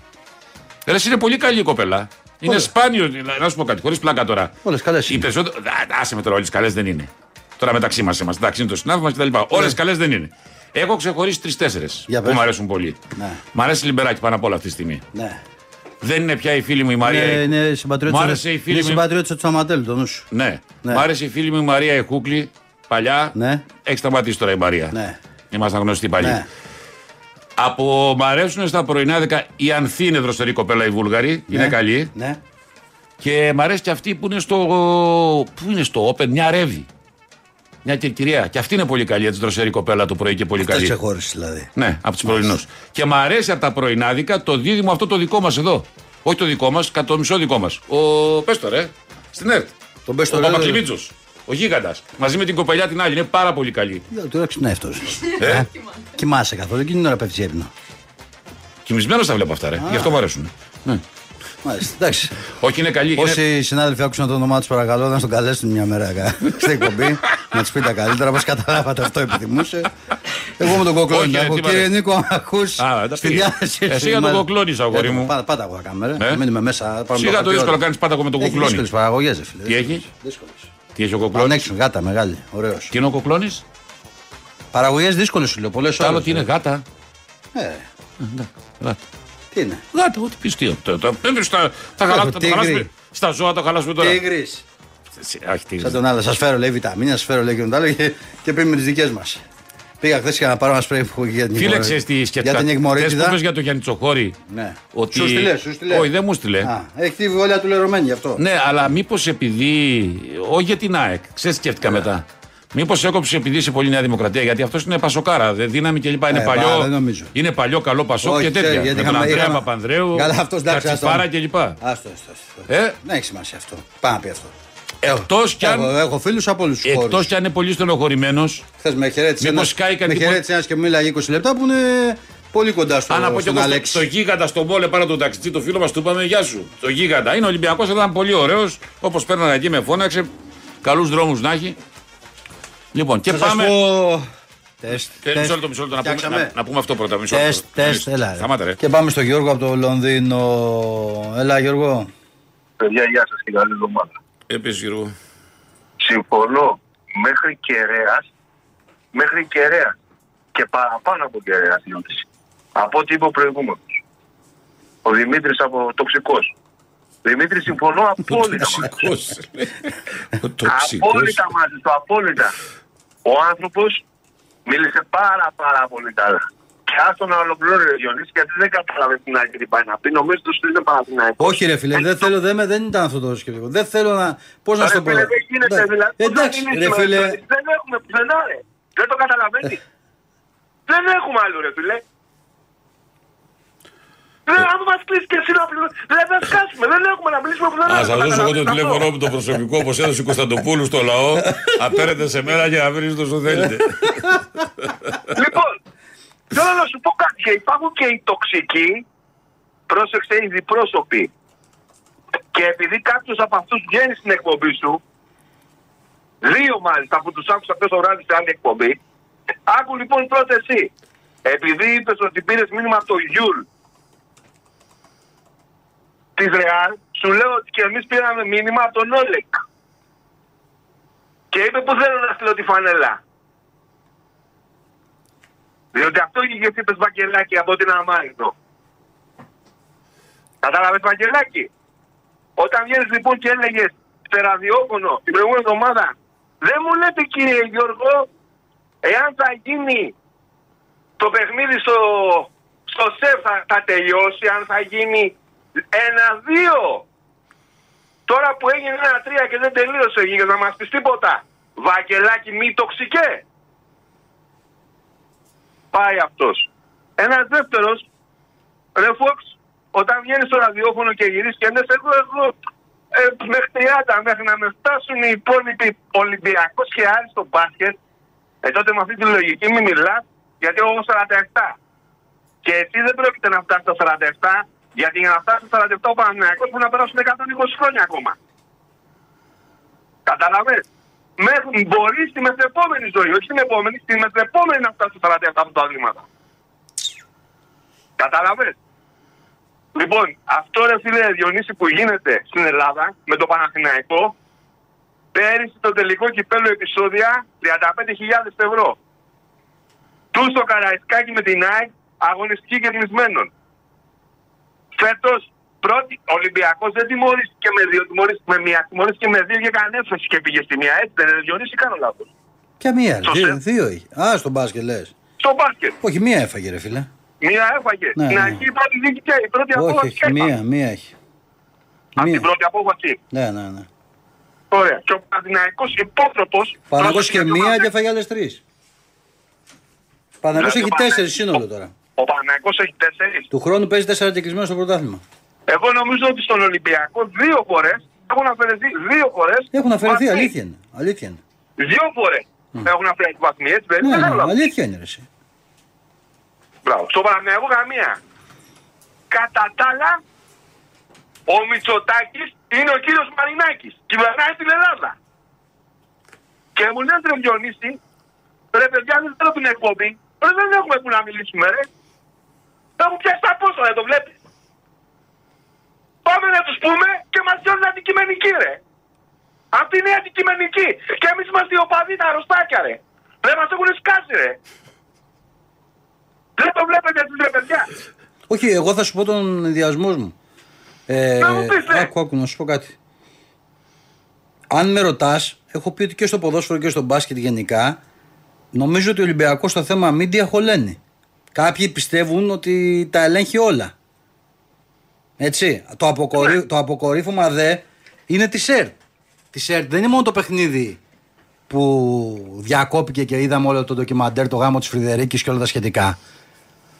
A: Ρε, εσύ είναι πολύ καλή η κοπέλα. Είναι
B: Ωραία.
A: σπάνιο. δηλαδή, Να σου πω κάτι, χωρίς πλάκα τώρα.
B: Όλες καλές.
A: Οι περισσότερο... Α, Άσε με τώρα, όλες καλές δεν είναι. Τώρα μεταξύ μας είμαστε. Εντάξει, είναι το συνάδελφο μα κτλ. Όλες καλές δεν είναι. Έχω ξεχωρίσει τρει-τέσσερι
B: Ναι. Για
A: που
B: πες.
A: μου αρέσουν πολύ.
B: Ναι.
A: Μ' αρέσει η Λιμπεράκη πάνω απ' όλα αυτή τη στιγμή.
B: Ναι.
A: Δεν είναι πια η φίλη μου η Μαρία.
B: Είναι,
A: Εχούκλη.
B: είναι
A: Μ' άρεσε
B: συμπατριώτη.
A: η φίλη
B: Είναι
A: μου-
B: συμπατριώτη του Σαματέλ, το νους σου.
A: Ναι.
B: Ναι.
A: Μ' άρεσε η φίλη μου η Μαρία Εχούκλη. Παλιά.
B: Ναι.
A: Έχεις σταματήσει τώρα η Μαρία.
B: Ναι.
A: Ήμασταν γνωστοί παλιοί.
B: Ναι.
A: Από μ' αρέσουν στα πρωινά δεκα η Ανθή είναι δροσερή κοπέλα η Βούλγαρη. Είναι
B: Ναι.
A: καλή.
B: Ναι.
A: Και μ' αρέσει και αυτή που είναι στο. Πού είναι στο Open, μια ρεύη. Μια και κυρία. Και αυτή είναι πολύ καλή, έτσι δροσερή κοπέλα το πρωί και πολύ
B: Δεν
A: καλή.
B: ξεχώρισε δηλαδή.
A: Ναι, από τους πρωινούς. Και μ' αρέσει από τα πρωινάδικα το δίδυμο αυτό το δικό μας εδώ. Όχι το δικό μας, κατά το μισό δικό μας. Ο. Πες το ρε. Στην ΕΡΤ.
B: Τον ε, πες
A: ο
B: το
A: Παπακλημίτσο. Ο γίγαντας. Μαζί με την κοπελιά
B: Ναι,
A: την άλλη. Είναι πάρα πολύ καλή. Ε?
B: Λέω, Τώρα ξυπνάει αυτό. Κοιμάσαι καθόλου, εκείνη την ώρα πέφτει ύπνο.
A: Κοιμισμένος τα βλέπω αυτά, ρε. Γι' αυτό μου αρέσουν. Ναι.
B: Μάλιστα, εντάξει.
A: Όχι, είναι καλή. είναι-
B: Όσοι συνάδελφοι άκουσαν το όνομά τους, παρακαλώ να τον καλέσουν μια μέρα
A: (laughs)
B: κα- στην εκπομπή. να τους πει τα καλύτερα, πώς καταλάβατε αυτό επιθυμούσε. Εγώ με τον
A: Όχι,
B: κοκλόνι τα
A: ρε,
B: έχω.
A: τι
B: Κύριε
A: είπατε.
B: Νίκο, αν ακούς.
A: Α, τα
B: Στη
A: πήγε.
B: διάθεση.
A: Εσύ
B: σου,
A: για τον
B: μάλλον.
A: κοκλόνις, αγόρι
B: Ε,
A: μου.
B: Πάντα, πάντα έχω κάμερα.
A: Ε.
B: Μείνουμε μέσα.
A: Σιγά το δύσκολο κάνει πάντα με τον
B: Δύσκολε
A: κοκλόνι.
B: παραγωγέ, φίλε.
A: Τι έχει?
B: Δύσκολες.
A: Τι έχει ο κοκλόνι.
B: Πανέξω, γάτα μεγάλη. Ωραίος.
A: Τι είναι ο κοκλόνις.
B: Παραγωγές δύσκολες σου λέω. Πολλές
A: Το άλλο τι είναι γάτα.
B: Ε,
A: Γάτα.
B: τι είναι.
A: Γάτα, ό,τι πεις. Τι αυτό. Τα τα- τα χαλά-
B: Έχω
A: τα
B: τίγρη.
A: χαλάσουμε. Στα ζώα τα χαλάσουμε τώρα.
B: Τίγρης.
A: Σε- όχι, τίγρης.
B: Σαν τον άλλο, σας φέρω λέει βιταμίνια, σας φέρω λέει και τον άλλο και, και πήραμε τις δικές μας. Πήγα χθες για να πάρω ένα σπρέι που είχε για την
A: Φίλε,
B: υγμορε-
A: ξέρεις τι σκεφτά.
B: Για την
A: Θες που πες
B: υγμορίτιδα.
A: για τον Γιάννη Τσοχώρη.
B: Ναι.
A: Ότι...
B: Σου στείλε, σου στείλε.
A: Όχι, δεν μου στείλε.
B: Α, έχει τη βιολιά του λερωμένη γι' αυτό.
A: Ναι, αλλά μήπως επειδή. Όχι για την ΑΕΚ, ξέρεις τι σκέφτηκα
B: Ναι.
A: μετά. Μήπως έκοψε επειδή είσαι πολύ Νέα Δημοκρατία, γιατί αυτός είναι πασοκάρα. Δεν δύναμη και λοιπά. Είναι,
B: Ε,
A: παλιό,
B: μα, δεν νομίζω.
A: είναι παλιό, καλό πασόκ
B: Όχι,
A: και τέτοια.
B: ξέρει,
A: με τον
B: είχαμε-
A: Ανδρέα
B: είχαμε-
A: Παπανδρέου,
B: Καλά, αυτός εντάξει. άστο.
A: Κατσιφάρα και λοιπά.
B: Άστο, άστο, άστο.
A: Ε?
B: Δεν έχει σημασία αυτό. Πάμε να πει αυτό.
A: Εκτός κι αν-
B: Έχω, έχω φίλους από όλους τους χώρου.
A: Εκτό κι αν είναι πολύ στενοχωρημένος,
B: Χθε με χαιρέτησε.
A: Μήπως
B: ένας-
A: σκάει κάτι
B: Με
A: που-
B: χαιρέτησε ένας και μου μίλαγε 20 λεπτά που είναι πολύ κοντά στο,
A: αν από και
B: στον
A: εγώ στο,
B: Αλέξη.
A: στο γίγαντα στον πόλε πάνω του ταξιτζή, το φίλο μας του είπαμε Γεια σου. Το γίγαντα. Είναι Ολυμπιακός, ήταν πολύ ωραίος. Όπως παίρνανε εκεί με φώναξε. Καλούς δρόμους να έχει. Λοιπόν, και
B: Θα σας
A: πάμε.
B: πω- Τεστ,
A: Ε,
B: τεστ.
A: Μισό λεπτό, μισό λεπτό. Να πούμε,
B: Φτιάξαμε.
A: να, να πούμε αυτό πρώτα. Μισό
B: Τεστ,
A: λεπτό.
B: τεст, έλα. ρε.
A: Σταμάτα, ρε.
B: Και πάμε στο Γιώργο από το Λονδίνο. Έλα, Γιώργο.
D: Παιδιά, γεια σας και καλή εβδομάδα.
A: Επίσης, Γιώργο.
D: Συμφωνώ μέχρι κεραίας. Μέχρι κεραίας. Και παραπάνω από κεραίας νιώθει. Από ό,τι είπε ο προηγούμενος. Ο Δημήτρης από τοξικός. Δημήτρη, συμφωνώ απόλυτα. μαζί.
A: Τοξικός. Ο τοξικός.
D: Απόλυτα μαζί του, απόλυτα. Ο άνθρωπος μίλησε πάρα πάρα πολύ καλά. Και άστο να ολοκληρώνει ο Διονύσης, γιατί δεν κατάλαβε την άκρη τι πάει να πει. Νομίζω ότι είναι Παναθηναϊκός.
B: Όχι, ρε φίλε, δεν θέλω, δεν, με- δεν ήταν αυτό το σκεπτικό. Δεν θέλω να. Πώς να
D: Ρε
B: σου το πω.
D: φίλε, Δεν γίνεται
B: Εντάξει,
D: δηλαδή. Πώς να δηλαδή.
B: Εντάξει, ρε
D: μιλήσουμε,
B: φίλε.
D: Δεν έχουμε πουθενά, ρε. Δεν το καταλαβαίνεις. Δεν έχουμε άλλο, ρε φίλε.
B: Ε.
D: Ρε, αν μας κλείσει και εσύ να πληρω- ρε, δεν θα σκάσουμε. Δεν έχουμε να μιλήσουμε πουθενά.
A: Α
D: ρε,
A: σα
D: το
A: δώσω εγώ το
D: καταλαβαίνεις αυτό.
A: τηλέφωνο μου το προσωπικό όπως έδωσε ο Κωνσταντοπούλου στο λαό. Απέρετε σε μέρα για να βρει όσο θέλετε.
D: Λοιπόν, θέλω να σου πω κάτι. Και Υπάρχουν και οι τοξικοί, πρόσεξε, οι διπρόσωποι. Και επειδή κάποιος από αυτούς βγαίνει στην εκπομπή σου, δύο μάλιστα που του άκουσα χθε το βράδυ σε άλλη εκπομπή, άκου λοιπόν πρώτα εσύ. Επειδή είπες ότι πήρες μήνυμα από το Γιούλ της Ρεάλ, σου λέω ότι και εμείς πήραμε μήνυμα από τον Όλεκ. Και είπε που θέλω να στείλω τη φανέλα. Διότι αυτό είχε και είπες Βαγγελάκη από την Αμάριτο. Κατάλαβες Βαγγελάκη. Όταν βγαίνεις λοιπόν και έλεγες σε ραδιόφωνο την προηγούμενη εβδομάδα, δεν μου λέτε κύριε Γιώργο, εάν θα γίνει το παιχνίδι στο, στο σεφ θα, θα τελειώσει, αν θα γίνει ένα-δύο. Τώρα που έγινε ένα-τρία και δεν τελείωσε, για να μας πεις τίποτα. Βαγγελάκη, μη τοξικέ πάει αυτός. Ένας δεύτερος, ρε Φόξ, όταν βγαίνεις στο ραδιόφωνο και γυρίσεις και λες, εγώ, εγώ ε, μέχρι 30, μέχρι να με φτάσουν οι υπόλοιποι Ολυμπιακός και άλλοι στο μπάσκετ, ε, τότε με αυτή τη λογική μην μιλάς, γιατί εγώ έχω 47. Και εσύ δεν πρόκειται να φτάσεις στα 47, γιατί για να φτάσει στα 47 ο Παναγιακός πρέπει να περάσουν 120 χρόνια ακόμα. Καταλαβες. Μέχρι, μπορεί στη μεθεπόμενη ζωή, όχι στην επόμενη, στη μεθεπόμενη να φτάσει στα 47 από τα αθλήματα. Καταλαβες. Λοιπόν, αυτό ρε φίλε Διονύση που γίνεται στην Ελλάδα με το Παναθηναϊκό, πέρυσι το τελικό κυπέλο επεισόδια 35.000 ευρώ. Του στο Καραϊσκάκι με την ΑΕΚ αγωνιστική κερδισμένων. Φέτος πρώτη Ολυμπιακός δεν τιμωρήθηκε με δύο, τιμωρήθηκε με μία, τιμωρήθηκε με δύο και έκανε έφεση και πήγε στη μία. Έτσι δεν είναι, Διονύση, κάνω λάθος.
B: Ποια μία, ρε.
D: Το
B: Δύο,
D: σεφ.
B: δύο είχε. Α, στον μπάσκετ λες.
D: Στο μπάσκετ.
B: Όχι, μία έφαγε, ρε φίλε.
D: Μία έφαγε.
B: Ναι,
D: Στην
B: ναι.
D: αρχή η πρώτη δίκη και η πρώτη
B: Όχι,
D: απόφαση.
B: όχι,
D: έπα.
B: μία, μία έχει.
D: Από
B: Μία.
D: την πρώτη απόφαση.
B: Ναι, ναι, ναι.
D: Ωραία. Και ο Παναθυναϊκό υπότροπο.
B: Παναγό και μία και έφαγε άλλες τρεις. Παναγό
D: Δηλαδή,
B: έχει
D: ο Παναθηναϊκός-
B: τέσσερι σύνολο τώρα.
D: Ο Παναθυναϊκό έχει τέσσερις.
B: Του χρόνου παίζει τέσσερα κερδισμένο στο πρωτάθλημα.
D: Εγώ νομίζω ότι στον Ολυμπιακό δύο φορές έχουν αφαιρεθεί δύο φορές.
B: Έχουν αφαιρεθεί, αλήθεια είναι. Αλήθεια είναι.
D: Δύο φορές έχουν αφαιρεθεί βαθμοί. Έτσι Ε, δεν
B: Ναι,
D: είναι.
B: ναι, αλήθεια είναι, ρε. εσύ.
D: Μπράβο. Στο Παναθηναϊκό καμία. Κατά τα άλλα, ο Μητσοτάκης είναι ο κύριος Μαρινάκης. Κυβερνάει την Ελλάδα. Και μου λένε ρε Διονύση, ρε παιδιά, δεν θέλω την εκπομπή. Ρε, δεν έχουμε που να μιλήσουμε, ρε. Θα μου πιάσεις τα πόσα, δεν το βλέπεις. Πάμε να τους πούμε και μας διώχνουν αντικειμενικοί, ρε. Αυτή είναι η αντικειμενική. Και εμείς είμαστε οι οπαδοί, τα αρρωστάκια, ρε. Δεν μα έχουν σκάσει, ρε. Δεν το βλέπετε εσείς, ρε παιδιά.
B: Όχι, εγώ θα σου πω τον ενδιασμός μου. Ε,
D: Να μου πεις, ναι.
B: άκου, άκου, να σου πω κάτι. Αν με ρωτάς, έχω πει ότι και στο ποδόσφαιρο και στο μπάσκετ γενικά, νομίζω ότι ο Ολυμπιακός στο θέμα media χωλένει. Κάποιοι πιστεύουν ότι τα ελέγχει όλα. Έτσι. Το, αποκορύ...
D: Ναι.
B: το αποκορύφωμα δε είναι τη ΣΕΡ. Τη ΣΕΡ δεν είναι μόνο το παιχνίδι που διακόπηκε και είδαμε όλο το ντοκιμαντέρ, το γάμο της Φρυδερίκης και όλα τα σχετικά.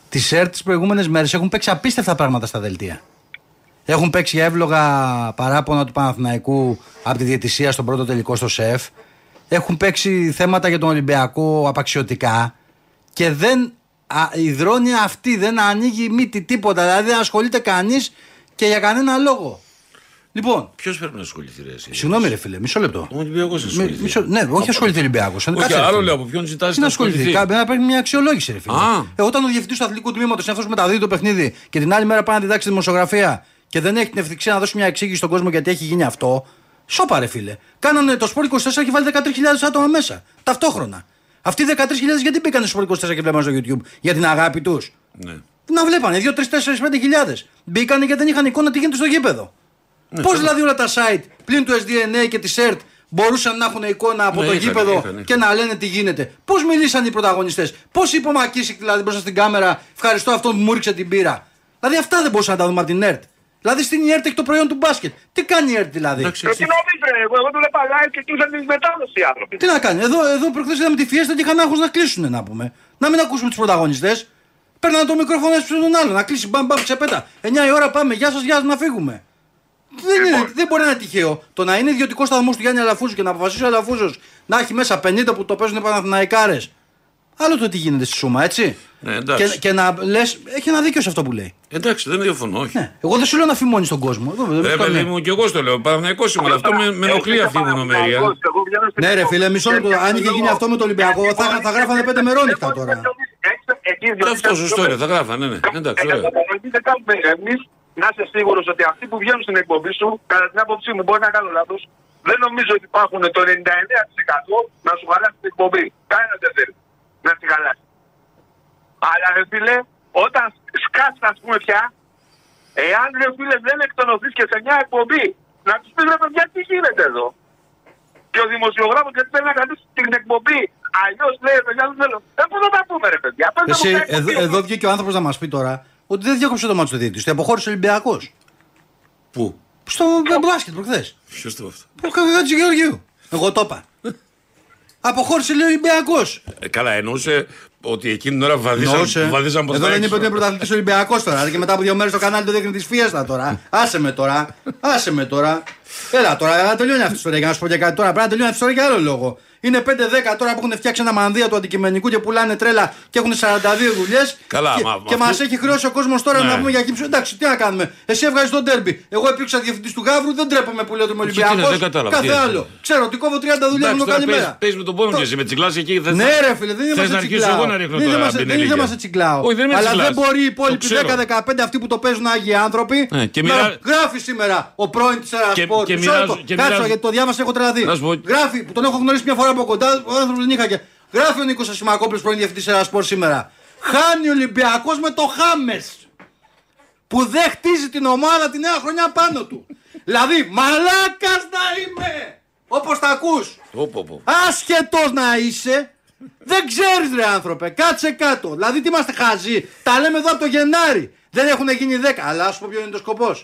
B: Τη ΣΕΡ τις προηγούμενες μέρες έχουν παίξει απίστευτα πράγματα στα δελτία. Έχουν παίξει για εύλογα παράπονα του Παναθηναϊκού από τη διαιτησία στον πρώτο τελικό στο ΣΕΦ. Έχουν παίξει θέματα για τον Ολυμπιακό απαξιωτικά. Και δεν α, υδρώνει αυτή, δεν ανοίγει μύτη τίποτα. Δηλαδή δεν ασχολείται κανείς και για κανένα λόγο. Λοιπόν,
A: Ποιος πρέπει να ασχοληθεί, ρε, εσύ.
B: συγγνώμη ρε φίλε, μισό λεπτό.
A: Ο Ολυμπιακός να
B: Μι-
A: ασχοληθεί.
B: μισό- ναι, όχι ασχολείται ο Ολυμπιακός.
A: Όχι, άλλο λέω από ποιον ζητάς
B: Τι να
A: να
B: ασχοληθεί.
A: ασχοληθεί.
B: Κάπου να υπάρχει μια αξιολόγηση, ρε φίλε.
A: Α.
B: Ε, όταν ο διευθυντής του αθλητικού τμήματος είναι αυτός που μεταδίδει το παιχνίδι και την άλλη μέρα πάει να διδάξει δημοσιογραφία και δεν έχει την ευθυξία να δώσει μια εξήγηση στον κόσμο γιατί έχει γίνει αυτό. Σώπα, ρε φίλε. Κάνανε το σπορ 24 και βάλει 13.000 άτομα μέσα. Ταυτόχρονα. Αυτοί οι 13.000 γιατί μπήκαν στο σπορ 24 και βλέπαν στο YouTube για την αγάπη τους.
A: Ναι.
B: Να βλέπανε 2, 3, 4, 5.000. Μπήκανε γιατί δεν είχαν εικόνα τι γίνεται στο γήπεδο. Πώ δηλαδή όλα τα site πλην του SDNA και της ΕΡΤ μπορούσαν να έχουν εικόνα από
A: Ναι,
B: το
A: είχαν,
B: γήπεδο
A: είχαν, είχαν.
B: και να λένε τι γίνεται. Πώς μιλήσαν οι πρωταγωνιστές. Πώς είπε ο Μακίσικ δηλαδή μπροστά στην κάμερα, ευχαριστώ αυτόν που μου ρίξε την πύρα. Δηλαδή αυτά δεν μπορούσαν να τα δούμε από την ΕΡΤ. Δηλαδή στην ΕΡΤ έχει το προϊόν του μπάσκετ. Τι κάνει η ΕΡΤ δηλαδή.
A: Εντάξει,
D: Ρε,
A: εσύ-
D: Ε, τι νομίζεις, ρε, εγώ, εγώ δουλεύα live και κλείσαν τη μετάδοση οι άνθρωποι.
B: Τι να κάνει. Εδώ, εδώ προχθές είδαμε τη Φιέστα και είχαν άγχος να κλείσουν να πούμε. Να μην ακούσουμε τους πρωταγωνιστές. Παίρνανε το μικρόφωνο ένα πίσω τον άλλο. Να κλείσει μπαμ μπαμ ξεπέτα. 9 η ώρα πάμε. Γεια σας, γεια σας, να φύγουμε. Δεν,
A: Λοιπόν.
B: είναι, δεν μπορεί να είναι τυχαίο. Το να είναι ιδιωτικός σταθμός του Γιάννη Αλαφούζου και να αποφασίσει ο Αλαφούζος να έχει μέσα 50 που το παίζουν Παναθηναϊκάρες. Άλλο το τι γίνεται στη Σούμα, έτσι.
A: Ναι, εντάξει.
B: και, και να λες, έχει ένα δίκιο σε αυτό που λέει.
A: Εντάξει, δεν διαφωνώ, όχι.
B: Ναι. Εγώ δεν σου λέω να φημώνεις τον κόσμο. Εγώ δεν-
A: Ρε
B: δεν-
A: παιδί μου, και εγώ στο λέω. Παναθυναϊκό είμαι, αλλά αυτό με, με ενοχλεί αυτή η μονομερία.
D: Εγώ βγαίνω στην
B: Ναι, ρε φίλε, μισό λεπτό. Αν είχε γίνει αυτό με το Ολυμπιακό, θα, θα γράφανε πέντε μερόνυχτα τώρα.
D: Έξω- εκεί
A: Και
D: διότι-
A: αυτό σωστό είναι, θα γράφανε, ναι. Εντάξει,
D: Ε,
A: ωραία.
D: καταπονητή δεν κάνουμε εμείς να είσαι σίγουρος ότι αυτοί που βγαίνουν στην εκπομπή σου, κατά την άποψή μου, μπορεί να κάνω λάθος, δεν νομίζω ότι υπάρχουν το 99% να σου χαλάσει την εκπομπή. Κανένα δεν θέλει να τη χαλάσει. Αλλά ρε φίλε, όταν σκάσεις, ας πούμε πια, εάν ρε φίλε δεν εκτονωθείς και σε μια εκπομπή, να τους πεις ρε παιδιά τι γίνεται εδώ. Και ο δημοσιογράφος γιατί θέλει να κρατήσει την εκπομπή. Αλλιώς λέει, «Ρε παιδιά, δεν θέλω. Ε, πού θα τα πούμε, ρε παιδιά. πες να
B: Εσύ,
D: μου τα
B: εδώ,
D: εκπομπή.
B: εδώ βγήκε ο άνθρωπος να μας πει τώρα ότι δεν διέκοψε το μάτι του διαιτητή. Το αποχώρησε ο Ολυμπιακός.
A: Πού,
B: Στο μπάσκετ προχθές.
A: ποιος το αυτό.
B: Ο Καβγάτζη Γεωργίου. Εγώ το είπα. αποχώρησε λέει ο Ολυμπιακός.
A: Ε, Καλά, εννοούσε ότι εκείνη την ώρα βαδίζαν, βαδίζαν προς
B: Εδώ
A: τα
B: δεν είπε ότι είναι
A: έξω.
B: πρωταθλητή Ολυμπιακός τώρα. Δηλαδή και μετά από δύο μέρες το κανάλι το δείχνει τη Φίεστα τώρα. Άσε με τώρα. Άσε με τώρα. Έλα τώρα, να τελειώνει αυτή η ιστορία. Για να σου πω και κάτι τώρα. Πρέπει να τελειώνει αυτή η ιστορία για άλλο λόγο. Είναι 5-10 τώρα που έχουν φτιάξει ένα μανδύα του αντικειμενικού και πουλάνε τρέλα και έχουν 42 δουλειές.
A: Καλά,
B: και,
A: μα- μα
B: και μα
A: αυτό-
B: έχει χρεώσει ο κόσμος τώρα
A: Ναι.
B: να πούμε για κύψη. Εντάξει, τι να κάνουμε. Εσύ έβγαζες τον τέρμπι. Εγώ υπήρξα διευθυντής του Γαύρου, δεν τρέπομαι που λέω ότι είμαι
A: Και τι είναι,
B: Ολυμπιακός.
A: δεν κατάλαβα,
B: Κάθε
A: τι είναι.
B: άλλο. Ξέρω ότι κόβω 30 δουλειά μου το κάνει μέρα.
A: Πε με τον πόνος και εσύ με τσιγκλά εκεί. θες
B: Ναι,
A: να-
B: ρε φίλε, δεν
A: θες να
B: είμαστε
A: αρχίσω
B: τσιγκλάω.
A: εγώ να ρίχνω
B: Δεν
A: τώρα
B: είμαστε-
A: την
B: Δεν
A: ηλικία.
B: είμαστε τσιγκλάω.
A: Όχι, δεν είμαι
B: Αλλά
A: τσιγκλάς.
B: δεν μπορεί οι υπόλοιποι
A: Το ξέρω.
B: 10-15 αυτοί που το παίζουν άγιοι άνθρωποι
A: Ε, και
B: να
A: μιλά-
B: γράφει σήμερα ο πρώην της
A: Και-
B: Ερασπόρ.
A: και
B: Μισό
A: μοιράζω-
B: λεπτό.
A: και
B: Κάτσε,
A: μοιράζω-
B: γιατί το διάβασα, έχω τρελαθεί.
A: Να σου πω-
B: Γράφει, που τον έχω γνωρίσει μια φορά από κοντά, ο άνθρωπος δεν είχα και. Γράφει ο Νίκος Ασημακόπουλος πρώην διευθυντής Ερασπόρ σήμερα. Χάνει ο Ολυμπιακός με το Χάμες που δεν χτίζει την ομάδα τη νέα χρονιά πάνω του. δηλαδή, μαλάκας να είμαι! Όπως τα ακούς
A: Ω, πω, πω.
B: Άσχετος να είσαι. Δεν ξέρεις, ρε άνθρωπε. Κάτσε κάτω. Δηλαδή, τι είμαστε χαζοί. Τα λέμε εδώ από το Γενάρη. Δεν έχουν γίνει 10. Αλλά ας πούμε ποιο είναι το σκοπός.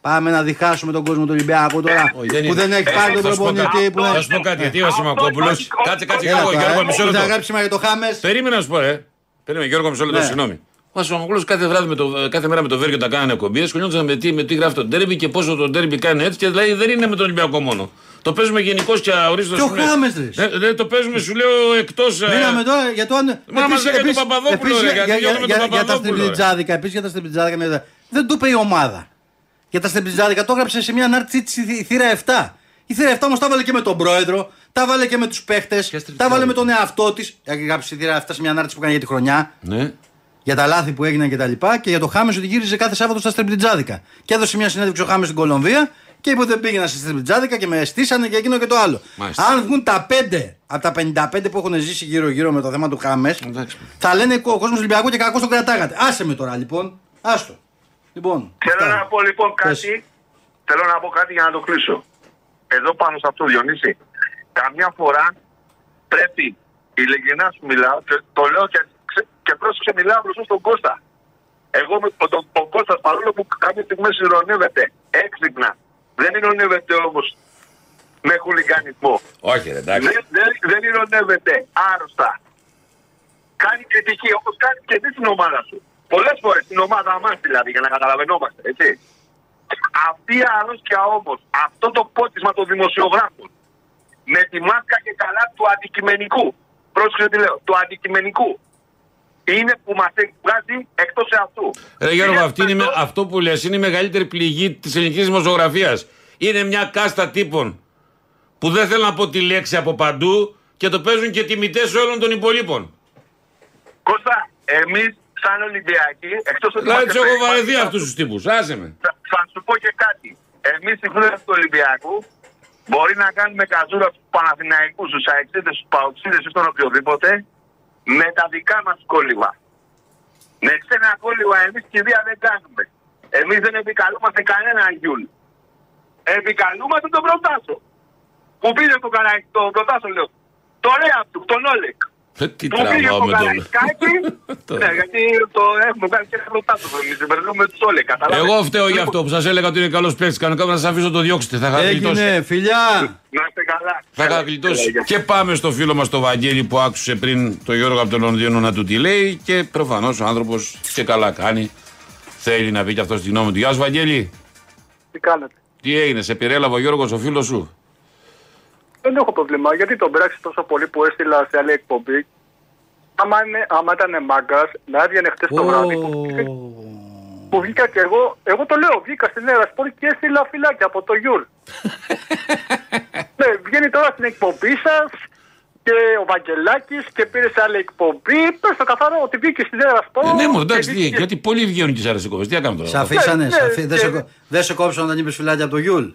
B: Πάμε να διχάσουμε τον κόσμο του Ολυμπιακού τώρα
A: Όχι, δεν
B: που
A: είναι.
B: δεν έχει
A: Ε,
B: πάρει τον
A: θα σου πω κάτι.
B: προπονητή. Που δεν-
A: Θα σου πω κάτι, γιατί ο Ασημακόπουλο. Κάτσε, κάτσε,
B: Έλα
A: Γιώργο,
B: τώρα,
A: Γιώργο,
B: ε.
A: μισό
B: Που θα
A: λεπτό.
B: γράψεις για το Χάμες.
A: Περίμενα να σου πω, ρε. Περίμενα, Γιώργο, μισό λεπτό,
B: Ναι.
A: συγγνώμη. Ο Ασημακόπουλο κάθε, βράδυ με το, κάθε μέρα με το Βέργιο τα κάνανε εκπομπή. Ασχολιόντουσαν με τι, με τι γράφει το ντέρμπι και πόσο το ντέρμπι κάνει έτσι. Και δηλαδή δεν είναι με τον Ολυμπιακό μόνο. Το παίζουμε γενικώς και αορίστω.
B: Και ο Χάμες, λες.
A: Ε, το παίζουμε, σου λέω ε, εκτό.
B: Μείναμε τώρα για το αν.
A: Μα μας λέγανε τον Παπαδόπουλο, ρε, γιατί
B: για, για,
A: γιώνουμε
B: για,
A: τον
B: για τα
A: Παπαδόπουλο, ρε.
B: στριμπλιτζάδικα. Επίσης για τα στριμπλιτζάδικα. μια- Δεν του είπε η ομάδα. Και τα στεμπιζάρικα το έγραψε σε μια ανάρτηση τη θύρα 7. Η θύρα 7 όμως τα βάλε και με τον πρόεδρο, τα βάλε και με τους παίχτες, τα βάλε με τον εαυτό της. Έχει γράψει η θύρα 7 σε μια ανάρτηση που έκανε για τη χρονιά.
A: Ναι.
B: Για τα λάθη που έγιναν και τα λοιπά και για το Χάμες ότι γύριζε κάθε Σάββατο στα στρεμπιτζάδικα. Και έδωσε μια συνέντευξη ο Χάμες στην Κολομβία και είπε ότι δεν πήγαινα στα στρεμπιτζάδικα και με στήσανε και εκείνο και το άλλο.
A: Μάλιστα.
B: Αν βγουν τα 5 από τα 55 που έχουν ζήσει γύρω-γύρω με το θέμα του Χάμες, θα λένε ο κόσμος Ολυμπιακού και κακός τον κρατάγατε. Άσε με τώρα λοιπόν. Άστο. Λοιπόν.
D: Θέλω να πω λοιπόν κάτι. Θέλω να πω κάτι για να το κλείσω. Εδώ πάνω σε αυτό, Διονύση. Καμιά φορά πρέπει ειλικρινά σου μιλάω και το λέω και, ξε- και πρόσεξε μιλάω μπροστά στον Κώστα. Εγώ με ο, το, ο Κώστας παρόλο που κάποια στιγμή συρρονεύεται έξυπνα. Δεν ειρωνεύεται όμως με χουλιγανισμό.
A: Όχι, ρε, εντάξει.
D: Δεν, δεν, δεν ειρωνεύεται άρρωστα. Κάνει κριτική όπως κάνει και εσύ στην ομάδα σου. Πολλές φορές στην ομάδα μας δηλαδή για να καταλαβαίνόμαστε, έτσι. Αυτή η αρρώστια όμως, αυτό το πότισμα των δημοσιογράφων με τη μάσκα και καλά του αντικειμενικού. Πρόσεξε τι λέω, του αντικειμενικού. Είναι που μας βγάζει εκτός εαυτού.
A: Ρε Γιώργο, αυτή είναι, με- αυτός που λες είναι η μεγαλύτερη πληγή της ελληνικής δημοσιογραφίας. Είναι μια κάστα τύπων που δεν θέλουν να πω τη λέξη από παντού και το παίζουν και τιμητές όλων των υπολείπων.
D: Κώστα, εμείς σαν Ολυμπιακοί, εκτός ότι.
A: Δηλαδή
D: είμαστε
A: του έχω
D: περήφανοι,
A: βαρεθεί αυτούς τους τύπους. Άσε με.
D: θα, θα σου πω και κάτι. Εμείς οι φίλοι του Ολυμπιακού μπορεί να κάνουμε καζούρα στους Παναθηναϊκούς, στους Αεξίδες, στους Παοξίδες ή στον οποιοδήποτε με τα δικά μας κόλληβα. Με ξένα κόλληβα εμεί κηδεία δεν κάνουμε. Εμείς δεν επικαλούμαστε κανένα Γιούλ. Επικαλούμαστε τον Προτάσο. Που πήρε το Καραϊ, τον Προτάσο, λέω. Το Ρέα του, τον Όλεκ.
A: Ε, Τι
D: Που πήγε
A: τραβάω
D: στο
A: με τον... (laughs)
D: Καραϊσκάκι. ναι, γιατί το έχουμε κάνει και ένα Προτάσο. Εμεί μπερδεύουμε τους Όλεκ. καταλάβατε.
A: Εγώ φταίω για αυτό που σας έλεγα ότι είναι καλός παίκτης. Κανονικά να σας αφήσω το διώξετε. Θα
B: Έγινε,
A: γλιτώσει.
B: φιλιά!
D: Να είστε καλά.
A: Θα γλιτώσει. Και πάμε στο φίλο μας τον Βαγγέλη που άκουσε πριν το Γιώργο από το Λονδίνο να του τη λέει και προφανώς ο άνθρωπος και καλά κάνει. Θέλει να πει και αυτό τη γνώμη του. Γεια σου Βαγγέλη.
L: Τι κάνετε.
A: Τι έγινε, σε πειρέλαβε ο Γιώργος ο φίλος σου.
L: Δεν έχω πρόβλημα. Γιατί τον πειράξει τόσο πολύ που έστειλα σε άλλη εκπομπή. Άμα, είναι, άμα ήταν μάγκας, να έβγαινε χτες το βράδυ. που βγήκε- Που βγήκα και εγώ, εγώ το λέω, βγήκα στην Νέα Ρασπορ και έστειλα φυλάκια από το
A: (laughs)
L: Γιούλ. ναι, βγαίνει τώρα στην εκπομπή σας και ο Βαγγελάκης και πήρε σε άλλη εκπομπή. Πες το καθαρό ότι βγήκε στην Νέα Ρασπορ.
A: Ε, ναι, μου εντάξει, τι, γιατί πολλοί βγαίνουν και σε άλλε Τι να κάνουμε τώρα.
B: Σε αφήσανε,
L: ναι,
B: σε αφή-
L: ναι.
B: δεν σε κο- δεν σε κόψαν όταν είπε φυλάκια από το Γιούλ.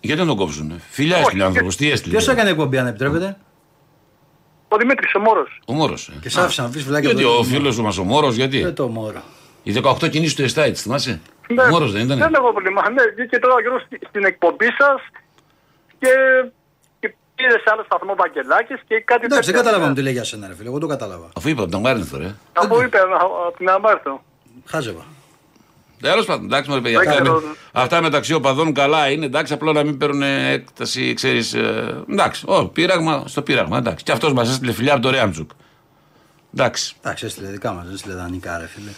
A: Γιατί να τον κόψουν. Φιλιά έστειλε ο άνθρωπος, τι έστειλε.
B: Ποιος έκανε εκπομπή, αν επιτρέπετε.
L: Ο Δημήτρης, ο Μόρος.
A: Ο Μόρος. Ε.
B: Και σ' άφησαν να πεις φυλάκια
A: Γιατί
B: από
A: ο
B: το Γιούλ.
A: φίλος μας ο Μόρος, γιατί.
B: Δεν το μόρο.
A: Η 18 κινήσεις του Εστάιτ, θυμάσαι. Ο Μόρος δεν ήταν.
L: Ναι, Δεν έχω πρόβλημα. Ναι, βγήκε τώρα ο Γιώργος στη- στην εκπομπή σας και, και πήρε σε άλλο σταθμό Βαγγελάκης και κάτι
B: Εντάξει, δεν
L: τέτοια.
B: καταλάβαμε τι λέει για σένα, ρε φίλε. Εγώ το κατάλαβα.
A: Αφού είπα, τον πάρει τώρα. ε.
L: Από είπε α- από την Αμάρθο.
B: Χάζευα.
A: Τέλος πάντων, εντάξει, μωρέ, παιδιά,
L: Εντάξει,
A: αυτά, είναι-
L: τώρα.
A: αυτά μεταξύ οπαδών καλά είναι. Εντάξει, απλά να μην παίρνουν έκταση, ξέρεις. εντάξει, ο, πείραγμα στο πείραγμα. Εντάξει. Και αυτός μας έστειλε φιλιά από το Ρέαμτσουκ. Εντάξει.
B: Εντάξει, έστειλε δικά μας, δεν έστειλε δανεικά, ρε φίλε.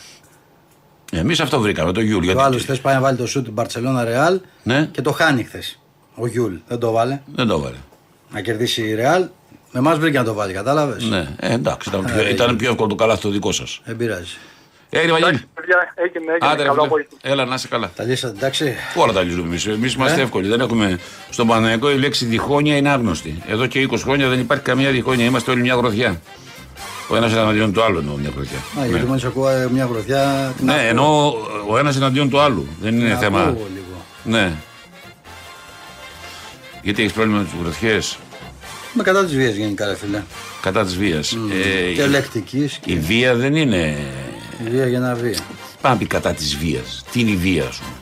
A: Εμείς αυτό βρήκαμε, το Γιούλ.
B: Ο
A: Γιατί...
B: άλλος χθες πάει να βάλει το σουτ του Μπαρσελόνα Ρεάλ
A: Ναι,
B: και το χάνει χθες. Ο Γιούλ δεν το βάλε.
A: δεν το βάλε.
B: Να κερδίσει η Ρεάλ. Με εμάς βρήκε να το βάλει, κατάλαβες.
A: Ναι, ε, εντάξει, ήταν, πιο,
B: Άρα,
A: ήταν πιο εύκολο το καλά στο δικό σας.
B: Δεν πειράζει.
A: Έγινε, Βαγγέλη.
L: Παιδιά, έγινε, Ναι, έγινε.
A: Άντε, ρε,
L: Καλό
A: φίλε.
L: απόγευμα.
A: Έλα, να είσαι καλά.
B: Τα λύσατε, εντάξει. Ε?
A: Πού όλα τα λύσουμε εμεί. Εμείς είμαστε εύκολοι. Δεν έχουμε... Στον Παναγενικό η λέξη διχόνοια είναι άγνωστη. Εδώ και 20 χρόνια δεν υπάρχει καμία διχόνοια. Είμαστε όλοι μια γροθιά. Ο ένας εναντίον του άλλου εννοώ μια γροθιά.
B: Α, γιατί μόλι ακούω ε, μια γροθιά. την
A: Ναι,
B: ακούω.
A: εννοώ ο ένας εναντίον του άλλου. Δεν είναι
B: Την
A: θέμα.
B: ακούω λίγο.
A: Ναι. Γιατί έχεις πρόβλημα με τις γροθιές
B: Με κατά της βίας γενικά, ρε φίλε.
A: κατά της βίας. Ε,
B: και
A: η-
B: ελεκτική και
A: η βία δεν είναι
B: η βία για να βία.
A: Πάμε να πει κατά της βίας. Τι είναι η βία, ας πούμε.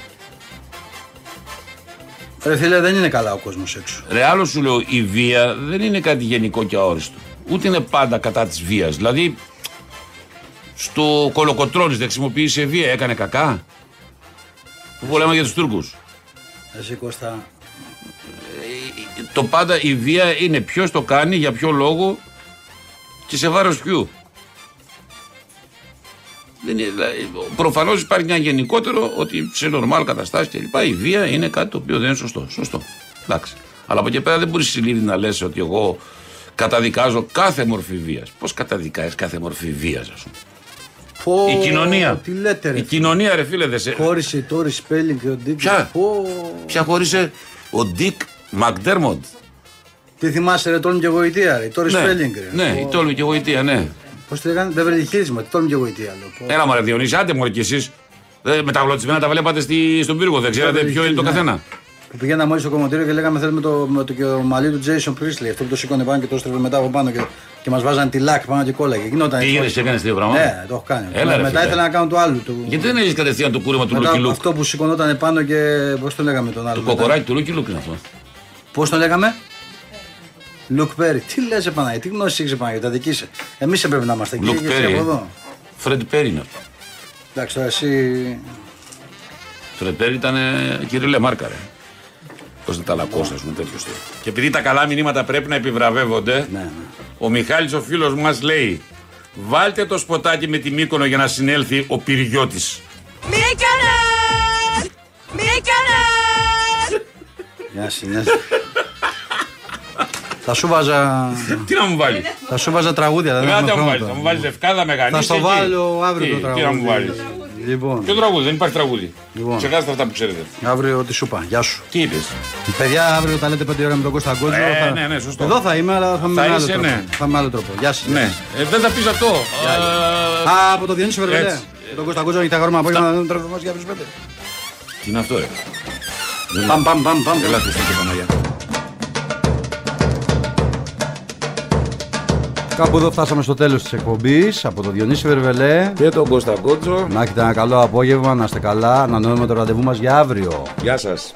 A: ε.
B: Ρε φίλε, δεν είναι καλά ο κόσμος έξω.
A: Ρε, άλλο σου λέω, η βία δεν είναι κάτι γενικό και αόριστο. Ούτε είναι πάντα κατά της βίας. Δηλαδή, στο κολοκοτρόνη δεν χρησιμοποίησε βία, έκανε κακά. Που πολέμα για τους Τούρκους.
B: Εσύ Κώστα.
A: Το πάντα η βία είναι ποιος το κάνει, για ποιο λόγο και σε βάρος ποιου. Δεν είναι, δηλαδή, προφανώς υπάρχει μια γενικότερο ότι σε νορμάλ καταστάσεις και λοιπά η βία είναι κάτι το οποίο δεν είναι σωστό. Σωστό. Εντάξει. Αλλά από εκεί πέρα δεν μπορείς συλλήβη να λες ότι εγώ καταδικάζω κάθε μορφή βίας. Πώς καταδικάζεις κάθε μορφή βίας ας πούμε.
B: Φω,
A: Η κοινωνία.
B: Ε, Τι λέτε, ρε.
A: Η κοινωνία, ρε φίλε, δεν σε.
B: Χώρισε το Ρισπέλινγκ και ο Ντίκ.
A: Ποια?
B: Φω.
A: Ποια χώρισε ο Ντίκ Μακδέρμοντ.
B: Τι θυμάσαι, ρε, τόλμη και γοητεία, ρε. Το Ρισπέλινγκ, ρε.
A: Ναι, η τόλμη και γοητεία, ναι.
B: Πώς τη λέγανε, Beverly Hills, μα τόλμη και γοητεία. λέω. Πω.
A: Έλα μωρέ Διονύση, άντε μωρέ κι εσείς. Ε, Με τα γλωτσιμένα τα βλέπατε στη, στον πύργο, δεν ξέρατε
B: Beverly
A: ποιο είναι το
B: Hills, ναι.
A: καθένα.
B: Που πηγαίναμε όλοι στο κομμωτήριο και λέγαμε θέλουμε το, με το, και το μαλλί του Jason Priestley. Αυτό που το σήκωνε πάνω και το έστρεβε μετά από πάνω και, και μας βάζανε τη λάκ πάνω και κόλλαγε. Γινόταν
A: Τι
B: έτσι.
A: γίνεσαι, έκανες δύο πράγματα.
B: Ναι, το έχω κάνει.
A: Έλα, ρε,
B: μετά
A: φίλε.
B: ήθελα να κάνω το άλλο. Του...
A: Γιατί δεν έχεις κατευθείαν το κούρεμα του
B: μετά
A: Λούκι
B: από
A: Λουκ.
B: αυτό που σηκωνόταν πάνω και πώς το λέγαμε τον άλλο.
A: Το κοκοράκι του Λούκι Λουκ είναι αυτό.
B: Πώς το λέγαμε. Λουκ Πέρι, τι λες, Επαναγία, τι γνώση έχεις Επαναγία, τα δική σου. Εμείς έπρεπε να είμαστε εκεί
A: Λουκ
B: και εσύ
A: Πέρι,
B: από
A: ε.
B: εδώ.
A: Φρεντ Πέρι είναι αυτό.
B: Εντάξει, τώρα εσύ.
A: Φρεντ Πέρι ήταν ε, κυριλέ μάρκα, ρε. Πώς ήταν ταλακός, ας πούμε, τέτοιος στυλ. Και επειδή τα καλά μηνύματα πρέπει να επιβραβεύονται,
B: Ναι,
A: ο Μιχάλης ο φίλος μας λέει Βάλτε το σποτάκι με τη Μύκονο για να συνέλθει ο Πυριώτης.
I: Μύκονος! Μύκονος!
B: Γεια σου, γεια σου. Θα σου βάζα.
A: (laughs) Τι να μου βάλεις.
B: Θα σου βάζα τραγούδια, δεν
A: Βέβαια,
B: έχουμε
A: τι να
B: χρόνο.
A: μου βάλει, θα
B: τώρα.
A: μου βάλεις λευκάδα μεγανή.
B: Θα στο βάλω αύριο το τραγούδι.
A: Τι να μου βάλεις.
B: Λοιπόν.
A: Ποιο τραγούδι, δεν υπάρχει τραγούδι.
B: Λοιπόν.
A: Ξεχάστε αυτά που ξέρετε.
B: Αύριο τη σούπα. Γεια σου.
A: Τι είπες.
B: Παιδιά, αύριο τα λέτε 5 ώρα με τον Κώστα Γκότζο.
A: Ε,
B: θα...
A: ναι, ναι, σωστό.
B: Εδώ θα είμαι, αλλά θα είμαι,
A: Θα
B: με άλλο,
A: είσαι,
B: τρόπο.
A: ναι.
B: θα είμαι με άλλο τρόπο. Γεια σας.
A: Ναι. Ε, δεν θα πεις αυτό. Ε,
B: Α, από το Διονύση Βερβελέ.
A: έτσι.
B: Τον Κώστα Γκότζο έχει τα γόρμα απόγευμα να δουν τρόπο μας για αύριο στις πέντε.
A: Τι είναι αυτό, ε? ρε.
B: Παμ, παμ, παμ, παμ.
A: Ελάτε στο και Παναγιά.
M: Κάπου εδώ φτάσαμε στο τέλος της εκπομπής από τον Διονύση Βερβελέ.
N: Και τον Κώστα Γκότζο.
M: Να έχετε ένα καλό απόγευμα, να είστε καλά. Ανανεώνουμε το ραντεβού μας για αύριο.
N: Γεια σας.